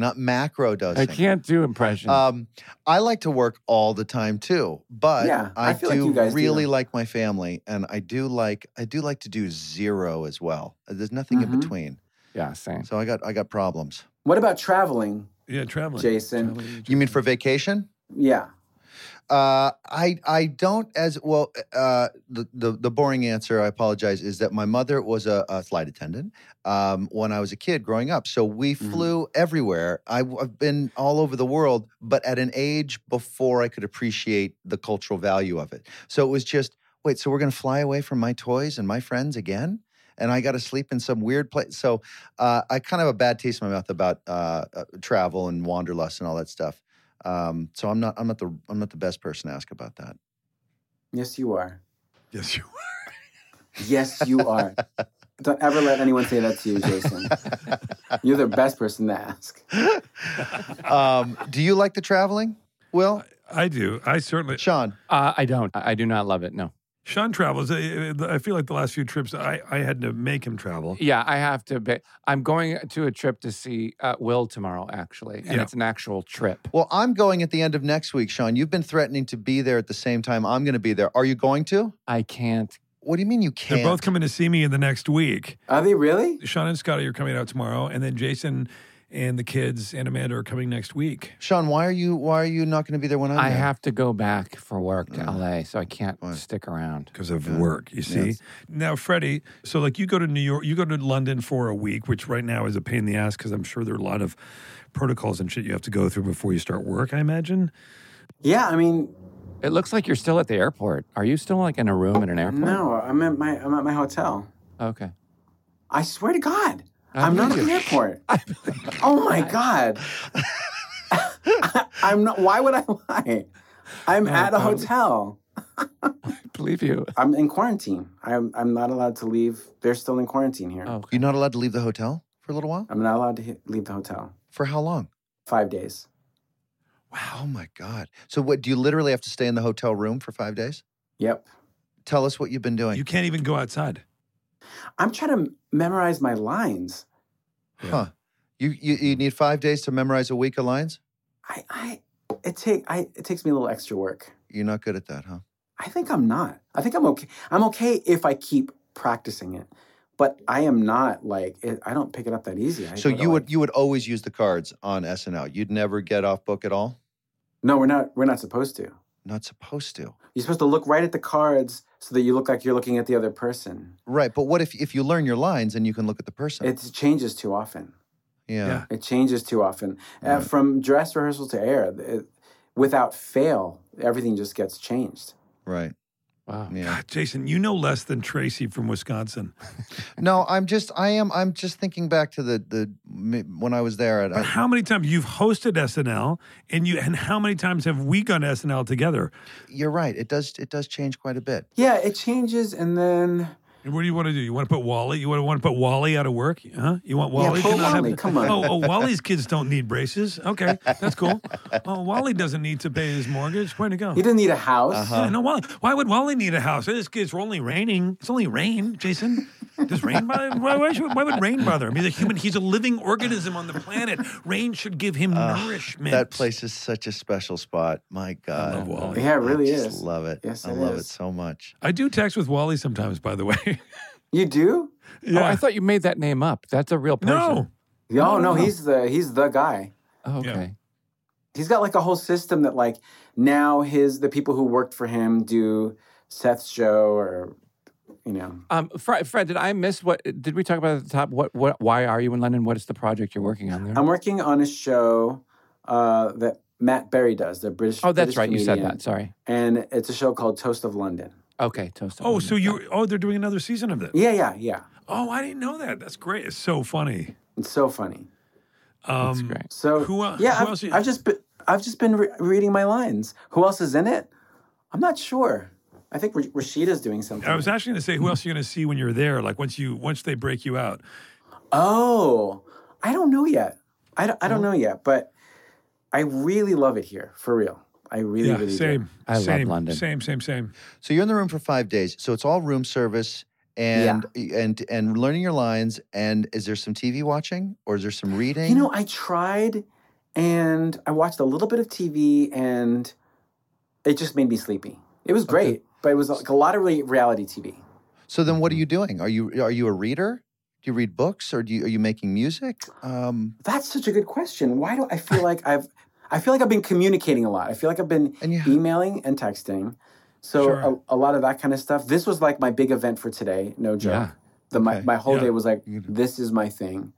Speaker 1: microdosing, not macrodosing.
Speaker 4: I can't do impressions.
Speaker 1: Um, I like to work all the time too, but
Speaker 5: Yeah,
Speaker 1: I,
Speaker 5: I feel like
Speaker 1: do
Speaker 5: you guys do.
Speaker 1: really like my family, and I do like I do like to do zero as well. There's nothing in
Speaker 5: Mhm.
Speaker 1: between,
Speaker 4: yeah, same.
Speaker 1: so I got I got problems.
Speaker 5: What about traveling,
Speaker 2: yeah, traveling.
Speaker 5: Jason?
Speaker 1: You mean for vacation?
Speaker 5: Yeah.
Speaker 1: Uh, I I don't as well. Uh, the, the the boring answer, I apologize, is that my mother was a, a flight attendant um, when I was a kid growing up. So we flew everywhere. I, have been all over the world, but at an age before I could appreciate the cultural value of it. So it was just wait. So we're gonna fly away from my toys and my friends again. And I got to sleep in some weird place. So uh, I kind of have a bad taste in my mouth about uh, uh, travel and wanderlust and all that stuff. Um, so I'm not I'm not the I'm not the best person to ask about that.
Speaker 5: Yes, you are.
Speaker 2: Yes, you
Speaker 5: Yes, you are. Don't ever let anyone say that to you, Jason. You're the best person to ask.
Speaker 1: Um, do you like the traveling? Will
Speaker 2: I uh, do. I certainly.
Speaker 1: Sean?
Speaker 4: Uh, I don't. I I do not love it. No.
Speaker 2: Sean travels. I, I feel like the last few trips, I, I had to make him travel.
Speaker 4: Yeah, I have to. Be, I'm going to a trip to see uh, Will tomorrow, actually, and
Speaker 2: Yeah.
Speaker 4: it's an actual trip.
Speaker 1: Well, I'm going at the end of next week. Sean, you've been threatening to be there at the same time I'm going to be there. Are you going to?
Speaker 4: I can't.
Speaker 1: What do you mean you
Speaker 2: They're
Speaker 1: can't?
Speaker 2: both coming to see me in the next week.
Speaker 5: Are they really?
Speaker 2: Sean and Scotty are coming out tomorrow, and then Jason and the kids and Amanda are coming next week.
Speaker 1: Sean, why are you why are you not going to be there when I'm
Speaker 4: I
Speaker 1: there?
Speaker 4: have to go back for work to LA, so I can't stick around.
Speaker 2: because of work. You see now, Freddie. So like you go to New York, you go to London for a week, which right now is a pain in the ass because I'm sure there are a lot of protocols and shit you have to go through before you start work. I imagine.
Speaker 5: Yeah, I mean,
Speaker 4: It looks like you're still at the airport. Are you still like in a room in an airport?
Speaker 5: no, I'm at my I'm at my hotel.
Speaker 4: Okay.
Speaker 5: I swear to God,
Speaker 4: I
Speaker 5: I'm not at
Speaker 4: believe
Speaker 5: the
Speaker 4: you.
Speaker 5: airport. Oh my God. I'm not. Why would I lie? I'm at a hotel.
Speaker 4: Believe you.
Speaker 5: I'm in quarantine. I'm I'm not allowed to leave. They're still in quarantine here.
Speaker 4: Oh.
Speaker 1: You're not allowed to leave the hotel for a little
Speaker 2: Oh.
Speaker 1: while.
Speaker 5: I'm not allowed to hit, leave the hotel.
Speaker 1: For how long?
Speaker 5: Five days.
Speaker 1: Wow. Oh my God. So what? Do you literally have to stay in the hotel room for five days?
Speaker 5: Yep.
Speaker 1: Tell us what you've been doing.
Speaker 2: You can't even go outside.
Speaker 5: I'm trying to memorize my lines.
Speaker 1: huh? You, you you need five days to memorize a week of lines.
Speaker 5: I, I it take I it takes me a little extra work.
Speaker 1: You're not good at that, huh?
Speaker 5: I think I'm not. I think I'm okay. I'm okay if I keep practicing it, but I am not like it, I don't pick it up that easy. I
Speaker 1: So
Speaker 5: gotta,
Speaker 1: you would
Speaker 5: like-
Speaker 1: you would always use the cards on SNL. You'd never get off book at all.
Speaker 5: no, we're not. We're not supposed to.
Speaker 1: Not supposed to.
Speaker 5: You're supposed to look right at the cards so that you look like you're looking at the other person.
Speaker 1: Right, but what if if you learn your lines and you can look at the person?
Speaker 5: It changes too often.
Speaker 1: yeah.
Speaker 2: Yeah.
Speaker 5: It changes too often. Uh, from dress rehearsal to air, it, without fail, everything just gets changed.
Speaker 1: Right.
Speaker 2: Oh,
Speaker 3: Wow.
Speaker 1: Yeah.
Speaker 2: Ah, Jason, you know less than Tracy from Wisconsin.
Speaker 1: No, I'm just I am I'm just thinking back to the the m- when I was there at
Speaker 2: But
Speaker 1: I,
Speaker 2: how many times you've hosted SNL and you and how many times have we gone to SNL together?
Speaker 1: you're right. It does it does change quite a bit.
Speaker 5: Yeah, it changes, and then
Speaker 2: And what do you want to do? You want to put Wally? You want to want to put Wally out of work? Huh? You want Wally
Speaker 5: pull
Speaker 2: to not
Speaker 5: Wally,
Speaker 2: have?
Speaker 5: come on.
Speaker 2: Oh, oh, Wally's kids don't need braces. Okay, that's cool. Oh, Wally doesn't need to pay his mortgage. Way to go.
Speaker 5: he didn't need a house.
Speaker 1: Uh-huh.
Speaker 2: Yeah, no, Wally. Why would Wally need a house? It's, it's only raining. It's only rain, Jason. Does rain bother? Why, why, should, why would rain bother him? He's a human. He's a living organism on the planet. Rain should give him
Speaker 5: Ah,
Speaker 2: nourishment.
Speaker 1: That place is such a special spot. My God.
Speaker 2: love E. Wally.
Speaker 5: Yeah, it really
Speaker 1: I just
Speaker 5: is.
Speaker 1: love it.
Speaker 5: Yes,
Speaker 1: I
Speaker 5: it
Speaker 1: love it
Speaker 5: is.
Speaker 1: so much.
Speaker 2: I do text with Wally sometimes, by the way.
Speaker 5: You do?
Speaker 2: yeah.
Speaker 3: Oh, I thought you made that name up. That's a real person.
Speaker 2: no.
Speaker 5: Oh, No, no, he's the he's the guy.
Speaker 3: Oh, okay.
Speaker 5: He's got like a whole system that like now his the people who worked for him do Seth's show or you know
Speaker 4: Mm-hmm.
Speaker 3: Um, Fred, Fred, did I miss what? Did we talk about at the top? What? What? Why are you in London? What is the project you're working on there?
Speaker 5: I'm working on a show uh, that Matt Berry does, the British.
Speaker 3: oh, that's
Speaker 5: British
Speaker 3: right. You said
Speaker 5: comedian.
Speaker 3: that. Sorry.
Speaker 5: And it's a show called Toast of London.
Speaker 3: Okay, toast.
Speaker 2: Oh, so you? Oh, they're doing another season of that.
Speaker 5: Yeah, yeah, yeah.
Speaker 2: Oh, I didn't know that. That's great. It's so funny.
Speaker 5: It's so funny.
Speaker 2: Um,
Speaker 3: That's great.
Speaker 5: So
Speaker 2: Who el-
Speaker 5: Yeah,
Speaker 2: who
Speaker 5: I've,
Speaker 2: else you-
Speaker 5: I've just been I've just been re- reading my lines. Who else is in it? I'm not sure. I think R- Rashida's doing something.
Speaker 2: I was actually going to say, who else are you going to see when you're there? Like once you once they break you out.
Speaker 5: Oh, I don't know yet. I don't, I don't
Speaker 2: Oh.
Speaker 5: know yet, but I really love it here for real. I really,
Speaker 2: Yeah,
Speaker 5: really do.
Speaker 2: same.
Speaker 4: I love
Speaker 2: same,
Speaker 4: London.
Speaker 2: Same, same, same.
Speaker 1: So you're in the room for five days. So it's all room service and and and learning your lines. And is there some TV watching or is there some reading?
Speaker 5: You know, I tried and I watched a little bit of TV and it just made me sleepy. It was great, but it was like a lot of re- reality TV.
Speaker 1: so then, what are you doing? Are you are you a reader? Do you read books or do you, are you making music? Um,
Speaker 5: That's such a good question. Why do I feel like I've I feel like I've been communicating a lot. I feel like I've been
Speaker 1: and you,
Speaker 5: emailing and texting. So
Speaker 2: Sure.
Speaker 5: a, a lot of that kind of stuff. This was like my big event for today, no joke.
Speaker 4: Yeah.
Speaker 5: The, my,
Speaker 1: Okay.
Speaker 5: my whole
Speaker 2: Yeah.
Speaker 5: day was like,
Speaker 1: You-
Speaker 5: this is my thing.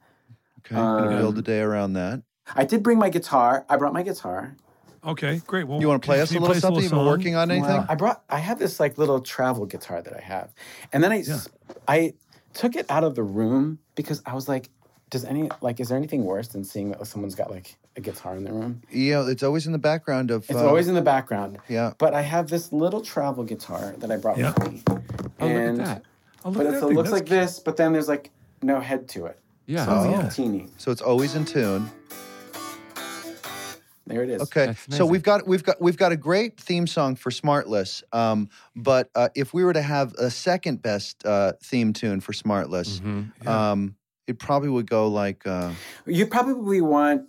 Speaker 1: okay, I'm gonna
Speaker 5: Um,
Speaker 1: build a day around that.
Speaker 5: I did bring my guitar. I brought my guitar.
Speaker 2: Okay, great. Well,
Speaker 1: You want to play
Speaker 2: can
Speaker 1: us a
Speaker 2: you
Speaker 1: little something? You've been
Speaker 2: song?
Speaker 1: working on anything?
Speaker 5: Wow. I brought. I have this like little travel guitar that I have, and then I, s- I took it out of the room because I was like, does any like is there anything worse than seeing that someone's got like a guitar in the room?
Speaker 1: You know, it's always in the background of.
Speaker 5: It's
Speaker 1: uh,
Speaker 5: always in the background.
Speaker 1: yeah.
Speaker 5: But I have this little travel guitar that I brought
Speaker 2: Yeah.
Speaker 5: with me,
Speaker 3: Oh,
Speaker 5: and
Speaker 3: look at that.
Speaker 2: Oh, look
Speaker 5: but
Speaker 2: at that
Speaker 5: it's, it
Speaker 2: thing.
Speaker 5: looks
Speaker 2: That's
Speaker 5: like this. But then there's like no head to it.
Speaker 3: Yeah.
Speaker 5: So it's
Speaker 2: Oh.
Speaker 5: like teeny.
Speaker 1: So it's always in tune.
Speaker 5: There it is.
Speaker 1: Okay,
Speaker 3: That's
Speaker 1: so
Speaker 3: amazing.
Speaker 1: we've got we've got we've got a great theme song for Smartless. Um, but uh, if we were to have a second best uh, theme tune for Smartless,
Speaker 3: Mm-hmm.
Speaker 4: Mhm.
Speaker 1: um, it probably would go like uh,
Speaker 5: You probably want,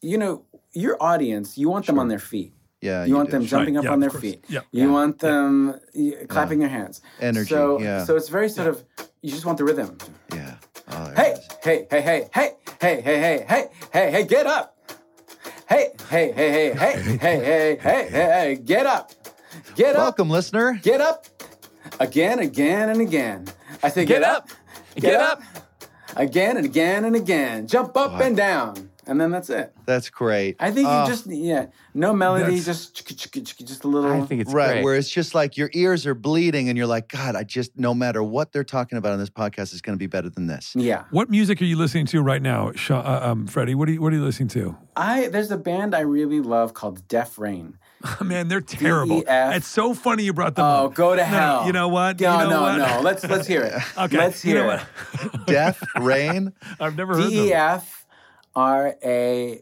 Speaker 5: you know, your audience. You want them on their feet.
Speaker 1: yeah,
Speaker 5: you want
Speaker 1: do.
Speaker 5: them jumping
Speaker 2: Right,
Speaker 5: up
Speaker 2: yeah,
Speaker 5: on
Speaker 2: of
Speaker 5: their
Speaker 2: course.
Speaker 5: feet.
Speaker 2: Yeah.
Speaker 5: You want them y clapping their hands.
Speaker 1: Energy,
Speaker 5: So,
Speaker 1: yeah.
Speaker 5: so it's very sort of, you just want the rhythm.
Speaker 1: yeah. Oh, there it
Speaker 5: Hey,
Speaker 1: is.
Speaker 5: hey, hey, hey, hey, hey, hey, hey, hey, hey, hey, get up. Hey, hey, hey, hey, hey, hey, hey, hey, hey, hey, get up. Get up.
Speaker 1: welcome, listener.
Speaker 5: Get up. Again, again, and again. I say, get, up.
Speaker 3: Get up.
Speaker 5: Again and again and again. Jump up and down. And then that's it.
Speaker 1: That's great.
Speaker 5: I think
Speaker 1: Uh,
Speaker 5: you just, yeah, no melody,
Speaker 2: Ah. That's-
Speaker 5: just, just a little.
Speaker 3: I think it's
Speaker 1: right
Speaker 3: great.
Speaker 1: where it's just like your ears are bleeding and you're like, God, I just no matter what they're talking about on this podcast is going to be better than this.
Speaker 5: Yeah.
Speaker 2: What music are you listening to right now, Sha uh, um, Freddie? What are you What are you listening to?
Speaker 5: I there's a band I really love called Def Rain.
Speaker 2: Man, they're terrible.
Speaker 5: DEF.
Speaker 2: It's so funny you brought them
Speaker 5: E Oh,
Speaker 2: up.
Speaker 5: go to
Speaker 2: No,
Speaker 5: hell!
Speaker 2: you know what?
Speaker 5: No,
Speaker 2: you know
Speaker 5: no,
Speaker 2: what?
Speaker 5: no. Let's let's hear it.
Speaker 2: Okay,
Speaker 5: let's
Speaker 2: you
Speaker 5: hear
Speaker 2: know
Speaker 5: it.
Speaker 2: what?
Speaker 1: Death, rain.
Speaker 2: I've never heard
Speaker 5: D E
Speaker 2: them.
Speaker 5: F R A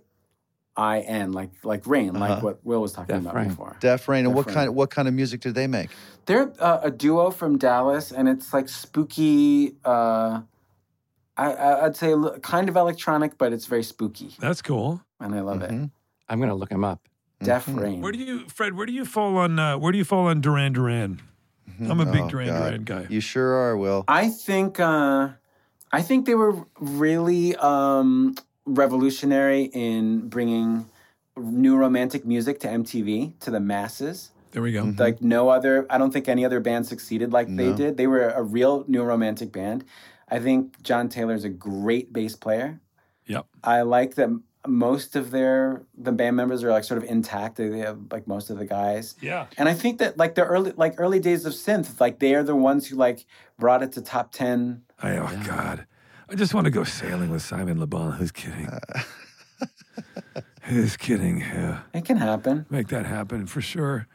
Speaker 5: I N, like like rain,
Speaker 2: Uh-huh.
Speaker 5: like what Will was talking
Speaker 3: Def
Speaker 5: about
Speaker 3: Rain.
Speaker 5: before.
Speaker 1: Deaf rain. And what
Speaker 5: Deaf
Speaker 1: kind
Speaker 5: Rain.
Speaker 1: what kind of music do they make?
Speaker 5: They're uh, a duo from Dallas, and it's like spooky. Uh, I, I I'd say l- kind of electronic, but it's very spooky,
Speaker 2: That's cool.
Speaker 5: and I love it.
Speaker 1: Mhm.
Speaker 3: I'm gonna look him up.
Speaker 5: Def
Speaker 1: Mhm.
Speaker 5: Rain.
Speaker 2: Where do you, Fred? Where do you fall on? Uh, where do you fall on Duran Duran? I'm a big
Speaker 1: Oh,
Speaker 2: Duran
Speaker 1: God.
Speaker 2: Duran guy.
Speaker 1: You sure are, Will.
Speaker 5: I think uh, I think they were really um, revolutionary in bringing new romantic music to MTV to the masses.
Speaker 2: There we go.
Speaker 1: Mm-hmm.
Speaker 5: Like no other, I don't think any other band succeeded like
Speaker 1: No.
Speaker 5: they did. They were a real new romantic band. I think John Taylor's a great bass player.
Speaker 2: Yep.
Speaker 5: I like that most of their the band members are like sort of intact. They, they have like most of the guys.
Speaker 2: Yeah.
Speaker 5: And I think that like the early like early days of synth, like they are the ones who like brought it to top ten.
Speaker 2: I, oh God, I just want to go sailing with Simon LeBon. Who's kidding?
Speaker 1: Uh.
Speaker 2: Who's kidding? Yeah.
Speaker 5: It can happen.
Speaker 2: Make that happen for sure.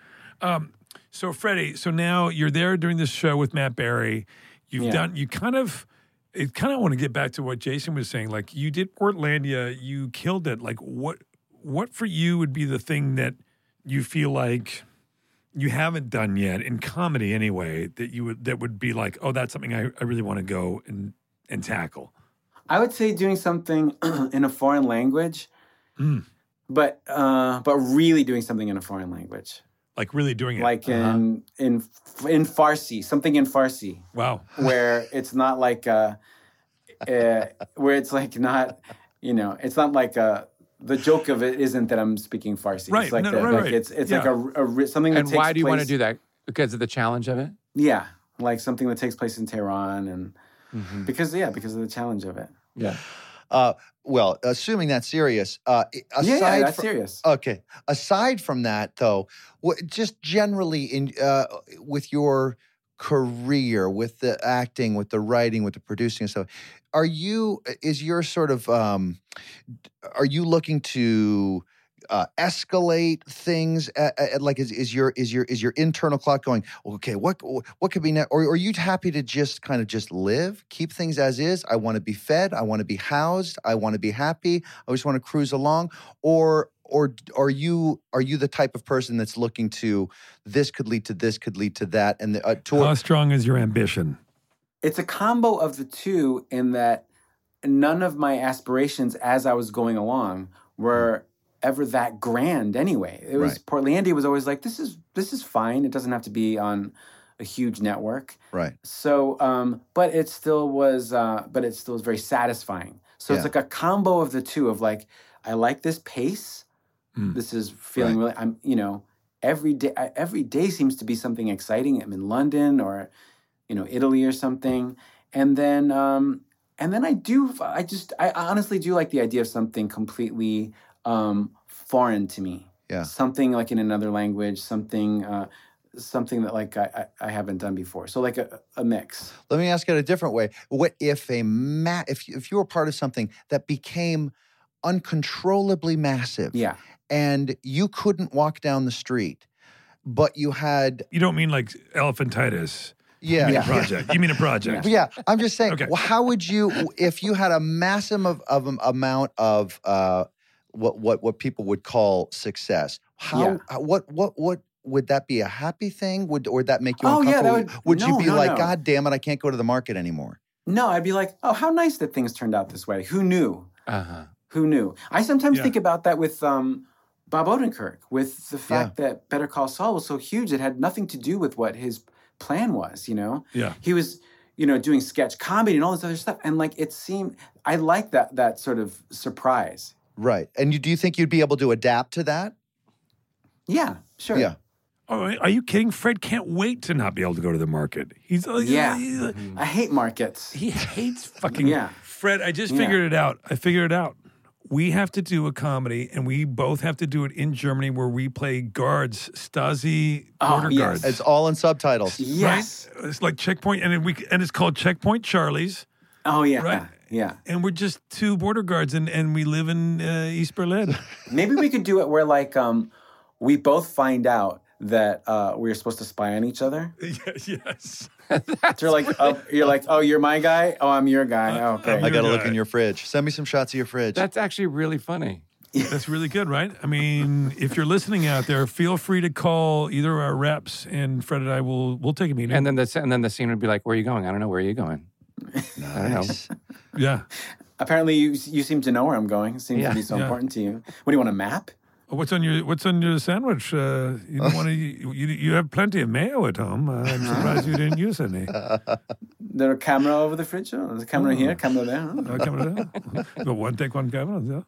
Speaker 2: Um, so Freddie, so now you're there during this show with Matt Berry. You've
Speaker 5: Yeah.
Speaker 2: done. You kind of. It kind of want to get back to what Jason was saying. Like you did Portlandia, you killed it. Like what? What for you would be the thing that you feel like you haven't done yet in comedy, anyway? That you would that would be like, oh, that's something I, I really want to go and and tackle.
Speaker 5: I would say doing something in a foreign language,
Speaker 2: Mm.
Speaker 5: but uh, but really doing something in a foreign language,
Speaker 2: Like really doing it.
Speaker 5: like
Speaker 2: Uh-huh.
Speaker 5: in in in Farsi, something in Farsi.
Speaker 2: wow,
Speaker 5: where it's not like uh, uh, where it's like not you know it's not like uh, the joke of it isn't that I'm speaking Farsi.
Speaker 2: Right,
Speaker 5: It's like,
Speaker 2: no,
Speaker 5: the-
Speaker 2: right,
Speaker 5: like
Speaker 2: right.
Speaker 5: it's it's
Speaker 2: Yeah.
Speaker 5: like a, a ri- something that
Speaker 3: And
Speaker 5: takes
Speaker 3: why do you want to
Speaker 5: place-
Speaker 3: do that? Because of the challenge of it?
Speaker 5: Yeah, like something that takes place in Tehran and
Speaker 3: Mm-hmm.
Speaker 2: Hmm.
Speaker 5: because yeah because of the challenge of it.
Speaker 3: Yeah.
Speaker 1: Uh, well, assuming that's serious. Uh, i-
Speaker 5: yeah,
Speaker 1: aside
Speaker 5: yeah, that's
Speaker 1: fro-
Speaker 5: serious.
Speaker 1: Okay. Aside from that, though, wha- just generally in uh, with your career, with the acting, with the writing, with the producing and stuff, are you? Is your sort of? Um, are you looking to? Uh, escalate things uh, uh, like is, is your is your is your internal clock going okay what what could be next or are you happy to just kind of just live keep things as is i want to be fed i want to be housed i want to be happy i just want to cruise along or or are you are you the type of person that's looking to this could lead to this could lead to that and the, uh, to
Speaker 2: how strong is your ambition?
Speaker 5: it's a combo of the two in that none of my aspirations as I was going along were ever that grand anyway. It was
Speaker 1: Right.
Speaker 5: Portlandia was always like, this is this is fine. It doesn't have to be on a huge network.
Speaker 1: right
Speaker 5: So um, but it still was uh, but it still was very satisfying. So
Speaker 1: Yeah.
Speaker 5: it's like a combo of the two of like, I like this pace.
Speaker 1: Hmm.
Speaker 2: Mm.
Speaker 5: This is feeling really I'm you know, every day I- every day seems to be something exciting. I'm in London or you know Italy or something, and then um, and then I do I just I honestly do like the idea of something completely um, foreign to me.
Speaker 1: Yeah.
Speaker 5: something like in another language, something uh, something that like I, I I haven't done before. So like a, a mix.
Speaker 1: let me ask it a different way what if a ma- if you- if you were part of something that became uncontrollably massive
Speaker 5: Yeah,
Speaker 1: and you couldn't walk down the street but you had
Speaker 2: You don't mean like elephantitis. You
Speaker 1: yeah
Speaker 2: mean a project. You mean a project.
Speaker 1: But yeah, I'm just saying.
Speaker 2: Okay.
Speaker 1: Well, how would you if you had a massive of, of am- amount of uh, what what what people would call success? How
Speaker 5: Yeah.
Speaker 1: uh, what what what would that be a happy thing? Would or would that make you
Speaker 5: Oh, yeah, that
Speaker 1: uncomfortable?
Speaker 5: would-
Speaker 1: you
Speaker 5: no,
Speaker 1: be
Speaker 5: no,
Speaker 1: like,
Speaker 5: no.
Speaker 1: God damn it, I can't go to the market anymore?
Speaker 5: no, I'd be like, oh, how nice that things turned out this way. Who knew?
Speaker 3: Uh-huh.
Speaker 5: Who knew? I sometimes
Speaker 2: Yeah.
Speaker 5: think about that with um, Bob Odenkirk, with the fact that Better Call Saul was so huge, it had nothing to do with what his plan was. You know,
Speaker 2: Yeah.
Speaker 5: he was, you know, doing sketch comedy and all this other stuff, and like it seemed, I like that that sort of surprise.
Speaker 1: Right. And you do you think you'd be able to adapt to that?
Speaker 5: Yeah, sure.
Speaker 1: Yeah.
Speaker 2: Oh, are you kidding? Fred can't wait to not be able to go to the market. He's uh,
Speaker 5: Yeah.
Speaker 2: he's, uh,
Speaker 5: I hate markets.
Speaker 2: he hates fucking.
Speaker 5: Yeah.
Speaker 2: Fred, I just
Speaker 5: Yeah.
Speaker 2: figured it out. I figured it out. We have to do a comedy, and we both have to do it in Germany, where we play guards, Stasi
Speaker 5: Oh,
Speaker 2: border
Speaker 5: yes.
Speaker 2: guards.
Speaker 1: It's all in subtitles.
Speaker 5: Yes.
Speaker 2: Right? It's like checkpoint, and we and it's called checkpoint Charlie's,
Speaker 5: Oh yeah.
Speaker 2: Right.
Speaker 5: Yeah.
Speaker 2: and we're just two border guards, and and we live in uh, East Berlin.
Speaker 5: Maybe we could do it where like um, we both find out that uh, we are supposed to spy on each other.
Speaker 2: yes.
Speaker 5: You're like, oh, you're like, oh, you're my guy. Oh, I'm your guy. Oh, okay.
Speaker 1: I got to
Speaker 2: You're
Speaker 1: look
Speaker 2: right.
Speaker 1: in your fridge. Send me some shots of your fridge.
Speaker 3: That's actually really funny.
Speaker 2: That's really good, right? I mean, if you're listening out there, feel free to call either of our reps, and Fred and I will we'll take a meeting.
Speaker 3: And then the and then the scene would be like, "Where are you going? I don't know. Where are you going? I don't know.
Speaker 1: nice.
Speaker 2: yeah.
Speaker 5: Apparently, you you seem to know where I'm going. It seems
Speaker 3: Yeah.
Speaker 5: to be so
Speaker 2: Yeah.
Speaker 5: important to you. What do you want a map?
Speaker 2: Oh, What's on your What's on your sandwich? Uh, you don't want to. You, you you have plenty of mayo at home. Uh, I'm surprised you didn't use any.
Speaker 5: There a camera over the fridge. Oh, there's a
Speaker 2: Hmm.
Speaker 5: camera here, camera there. Oh.
Speaker 2: Uh, camera there. Go one take, one camera. Yeah.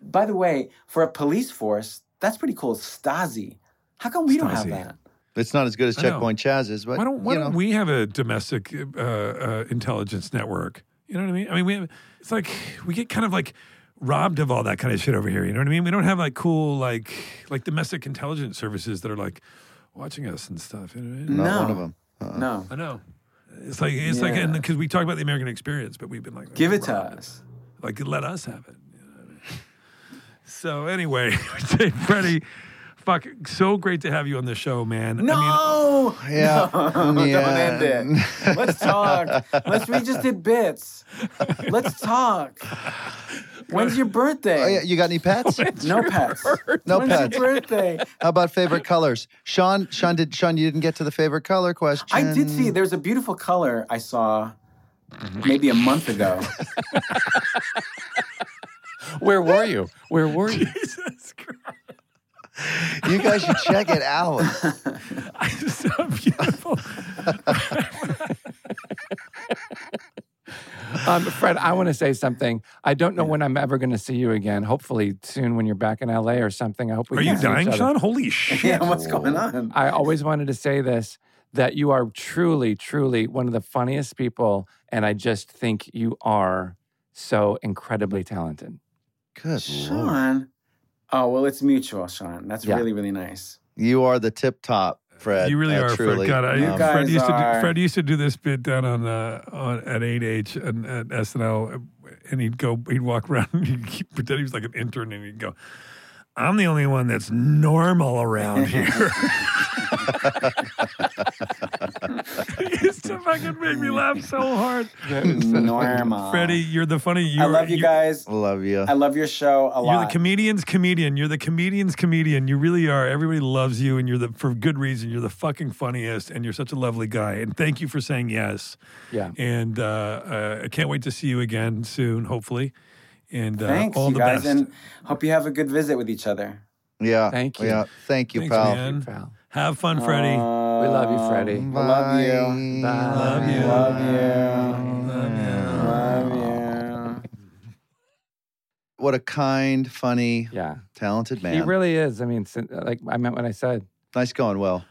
Speaker 5: By the way, for a police force, that's pretty cool. Stasi. How come we don't have
Speaker 2: Stasi.
Speaker 5: that?
Speaker 1: it's not as good as
Speaker 2: I know.
Speaker 1: Checkpoint Chaz's, but
Speaker 2: Why don't Why
Speaker 1: you know.
Speaker 2: don't we have a domestic uh, uh, intelligence network? You know what I mean? I mean, we have. It's like we get kind of like robbed of all that kind of shit over here. You know what I mean? We don't have like cool like like domestic intelligence services that are like watching us and stuff. You know what I mean?
Speaker 1: Not
Speaker 5: No.
Speaker 1: one of them. Uh-uh.
Speaker 5: No,
Speaker 2: I know. It's like it's like
Speaker 5: Yeah.
Speaker 2: and because we talk about the American experience, but we've been like
Speaker 5: give it to
Speaker 2: robbed.
Speaker 5: us.
Speaker 2: Like let us have it. you know what I mean? So anyway, say, Freddie, fuck, so great to have you on the show, man. I mean,
Speaker 5: No,
Speaker 1: Yeah.
Speaker 5: don't
Speaker 1: Yeah.
Speaker 5: end it. Let's talk. Let's. We just did bits. Let's talk. When's your birthday?
Speaker 1: Oh, yeah, you got any pets?
Speaker 5: No pets.
Speaker 1: No
Speaker 5: When's
Speaker 1: pets.
Speaker 5: your birthday?
Speaker 1: How about favorite colors? Sean, Sean did Sean, you didn't get to the favorite color question.
Speaker 5: I did see there's a beautiful color I saw maybe a month ago.
Speaker 4: Where were you? Where were you?
Speaker 2: Jesus Christ.
Speaker 1: You guys should check it out.
Speaker 2: I'm so beautiful.
Speaker 4: Um, Fred, I want to say something. I don't know when I'm ever going to see you again. Hopefully soon when you're back in LA or something. I hope we
Speaker 2: Are
Speaker 4: can
Speaker 2: you
Speaker 4: see each
Speaker 2: dying,
Speaker 4: other.
Speaker 2: Sean? Holy shit.
Speaker 5: yeah, what's going on?
Speaker 4: I always wanted to say this that you are truly, truly one of the funniest people. And I just think you are so incredibly
Speaker 2: Mm-hmm.
Speaker 4: talented.
Speaker 1: Good lord.
Speaker 5: Sean. Oh well, it's mutual, Sean. That's
Speaker 4: Yeah.
Speaker 5: really really nice.
Speaker 1: You are the tip top, Fred.
Speaker 2: You really
Speaker 1: uh,
Speaker 2: are,
Speaker 1: truly.
Speaker 2: Fred. God, I,
Speaker 5: You
Speaker 1: Um,
Speaker 5: guys
Speaker 2: Fred used to do,
Speaker 5: are-
Speaker 2: Fred used to do this bit down on uh, on at 8H and at SNL, and he'd go, he'd walk around, and he'd keep- pretend he was like an intern, and he'd go, "I'm the only one that's normal around here." he used to fucking make me laugh so hard.
Speaker 5: Norma.
Speaker 2: Freddie, you're the funny. You
Speaker 5: I love you guys.
Speaker 1: love you.
Speaker 5: I love your show a
Speaker 2: You're the
Speaker 5: lot.
Speaker 2: comedian's comedian. You're the comedian's comedian. You really are. Everybody loves you, and you're the for good reason. You're the fucking funniest, and you're such a lovely guy. And thank you for saying yes.
Speaker 4: Yeah.
Speaker 2: And uh, uh, I can't wait to see you again soon, hopefully. And uh,
Speaker 5: Thanks,
Speaker 2: all
Speaker 5: you
Speaker 2: the
Speaker 5: guys,
Speaker 2: best.
Speaker 5: and hope you have a good visit with each other.
Speaker 2: Uh,
Speaker 1: yeah.
Speaker 4: Thank you.
Speaker 1: Yeah. Thank you,
Speaker 2: Thanks,
Speaker 1: pal.
Speaker 2: man.
Speaker 4: Pal.
Speaker 2: Have fun, Freddie.
Speaker 4: We love you, Freddie.
Speaker 5: Um, I love you.
Speaker 1: Bye.
Speaker 4: Love
Speaker 2: you.
Speaker 5: Love you. Love you.
Speaker 1: What a kind, funny,
Speaker 4: Yeah.
Speaker 1: talented man.
Speaker 4: He really is. I mean, sin- like I meant what I said.
Speaker 1: nice going, Will.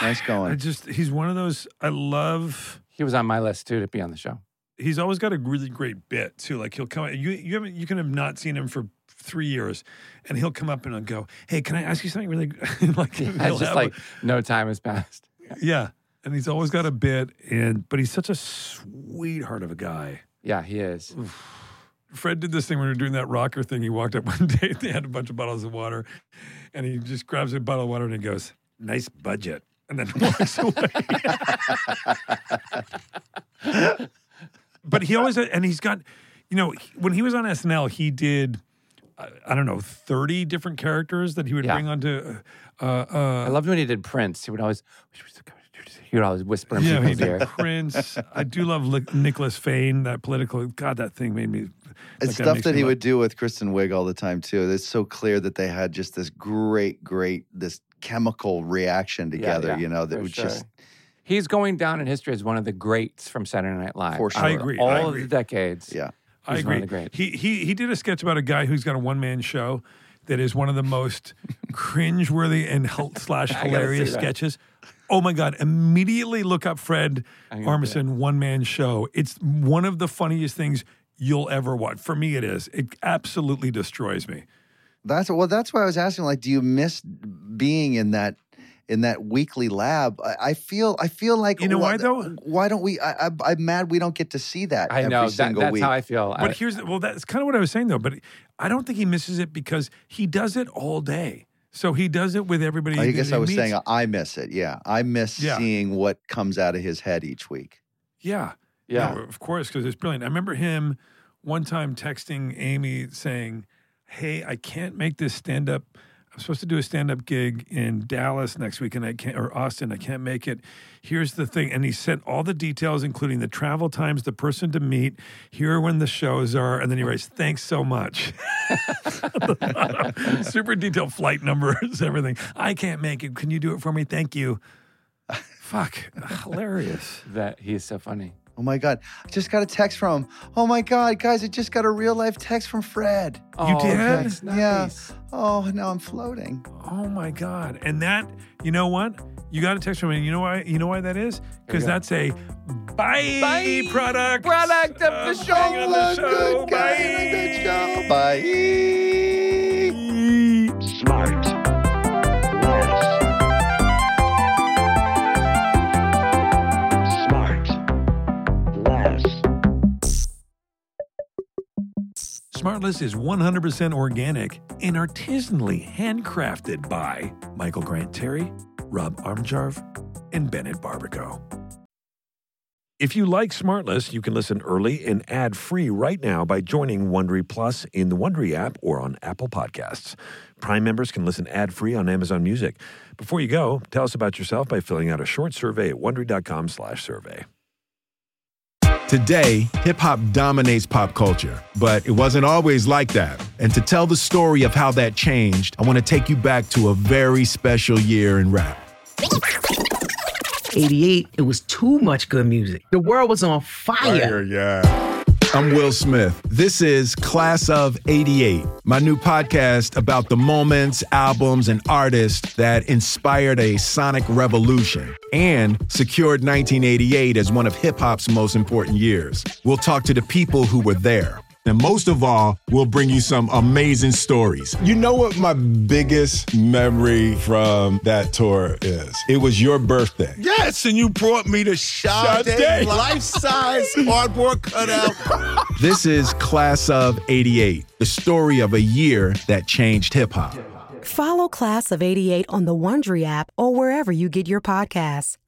Speaker 1: Nice
Speaker 2: I
Speaker 1: going.
Speaker 2: just he's one of those I love.
Speaker 4: He was on my list too to be on the show.
Speaker 2: He's always got a really great bit too. Like he'll come. You you haven't you can have not seen him for three years, and he'll come up and he'll go, "Hey, can I ask you something really?" like
Speaker 4: Yeah,
Speaker 2: he'll
Speaker 4: it's just
Speaker 2: have-
Speaker 4: like no time has passed.
Speaker 2: Yeah. And he's always got a bit and but he's such a sweetheart of a guy.
Speaker 4: Yeah, he is.
Speaker 2: Fred did this thing when we were doing that rocker thing. He walked up one day, they had a bunch of bottles of water, and he just grabs a bottle of water and he goes, Nice budget. And then walks away. but he always and he's got you know when he was on SNL he did I, I don't know 30 different characters that he would
Speaker 4: Yeah.
Speaker 2: bring onto uh, uh,
Speaker 4: I loved when he did Prince. He would always he would always whisper in
Speaker 2: Yeah, he
Speaker 4: people's
Speaker 2: did
Speaker 4: ear.
Speaker 2: Prince. I do love Li- Nicholas Fane. That political God, that thing made me.
Speaker 1: It's
Speaker 2: like,
Speaker 1: stuff
Speaker 2: makes
Speaker 1: that
Speaker 2: me
Speaker 1: he
Speaker 2: laugh.
Speaker 1: would do with Kristen Wiig all the time too. It's so clear that they had just this great, great, this chemical reaction together.
Speaker 4: yeah,
Speaker 1: you know that
Speaker 4: for
Speaker 1: was
Speaker 4: sure.
Speaker 1: just
Speaker 4: He's going down in history as one of the greats from Saturday Night Live.
Speaker 1: For sure.
Speaker 4: Out
Speaker 1: I
Speaker 4: of
Speaker 2: agree, I
Speaker 4: All
Speaker 2: agree.
Speaker 4: of the decades.
Speaker 1: yeah.
Speaker 2: I
Speaker 4: He's one of the
Speaker 2: agree.
Speaker 4: greats.
Speaker 2: He he he did a sketch about a guy who's got a one man show that is one of the most cringeworthy and hel- slash
Speaker 4: gotta
Speaker 2: hilarious
Speaker 4: see that.
Speaker 2: sketches. Oh my God! Immediately look up Fred Armisen one man show. It's one of the funniest things you'll ever watch. For me, it is. It absolutely destroys me.
Speaker 1: That's well. That's why I was asking. Like, do you miss being in that in that weekly lab? I, I feel. I feel like
Speaker 2: You know why,
Speaker 1: wha-
Speaker 2: though?
Speaker 1: Why don't we? I, I, I'm mad we don't get to see that.
Speaker 4: I
Speaker 1: every
Speaker 4: know that,
Speaker 1: Single
Speaker 4: that's
Speaker 1: week.
Speaker 4: how I feel. I-
Speaker 2: But here's the, well, that's kind of what I was saying though. But I don't think he misses it because he does it all day. So he does it with everybody.
Speaker 1: I
Speaker 2: that
Speaker 1: guess
Speaker 2: he
Speaker 1: I was
Speaker 2: meets.
Speaker 1: saying uh, I miss it. Yeah, I miss
Speaker 2: Yeah.
Speaker 1: seeing what comes out of his head each week.
Speaker 2: yeah,
Speaker 4: yeah.
Speaker 2: No, of course, because it's brilliant. I remember him one time texting Amy saying, "Hey, I can't make this stand up. I'm supposed to do a stand up gig in Dallas next week, and I can't, or Austin. I can't make it. Here's the thing." And he sent all the details, including the travel times, the person to meet, here are when the shows are, and then he writes, "Thanks so much." Super detailed flight numbers, everything. I can't make it. Can you do it for me? Thank you. Fuck, hilarious.
Speaker 4: That he is so funny.
Speaker 1: Oh my god! I just got a text from him. Oh my god, guys! I just got a real life text from Fred.
Speaker 4: oh,
Speaker 2: did?
Speaker 4: That's nice.
Speaker 1: Yeah. Oh, now I'm floating.
Speaker 2: Oh my God. And that, you know what? You got to text from me. You know why? You know why that is? Because that's a bye, product.
Speaker 3: product of the show.
Speaker 2: thing of the show.
Speaker 1: Good guy in a good show. Bye.
Speaker 2: Bye.
Speaker 8: Smart. Less. Smart. Less.
Speaker 2: Smartless is 100% organic and artisanally handcrafted by Michael Grant Terry, Rob Armjarv, and Bennett Barbaco. If you like Smartless, you can listen early and ad-free right now by joining Wondery Plus in the Wondery app or on Apple Podcasts. Prime members can listen ad-free on Amazon Music. Before you go, tell us about yourself by filling out a short survey at wondery.com/survey. slash survey.
Speaker 9: Today, hip hop dominates pop culture, but it wasn't always like that. And to tell the story of how that changed, I want to take you back to a very special year in rap.
Speaker 10: 88, it was too much good music. The world was on fire.
Speaker 9: yeah. I'm Will Smith. This is Class of 88, my new podcast about the moments, albums, and artists that inspired a sonic revolution and secured 1988 as one of hip hop's most important years. We'll talk to the people who were there. And most of all, we'll bring you some amazing stories. You know what my biggest memory from that tour is? It was your birthday.
Speaker 11: Yes, and you brought me the Sade
Speaker 9: Sade.
Speaker 11: life size cardboard cutout.
Speaker 9: This is Class of 88, the story of a year that changed hip hop.
Speaker 12: Follow Class of 88 on the Wondery app or wherever you get your podcasts.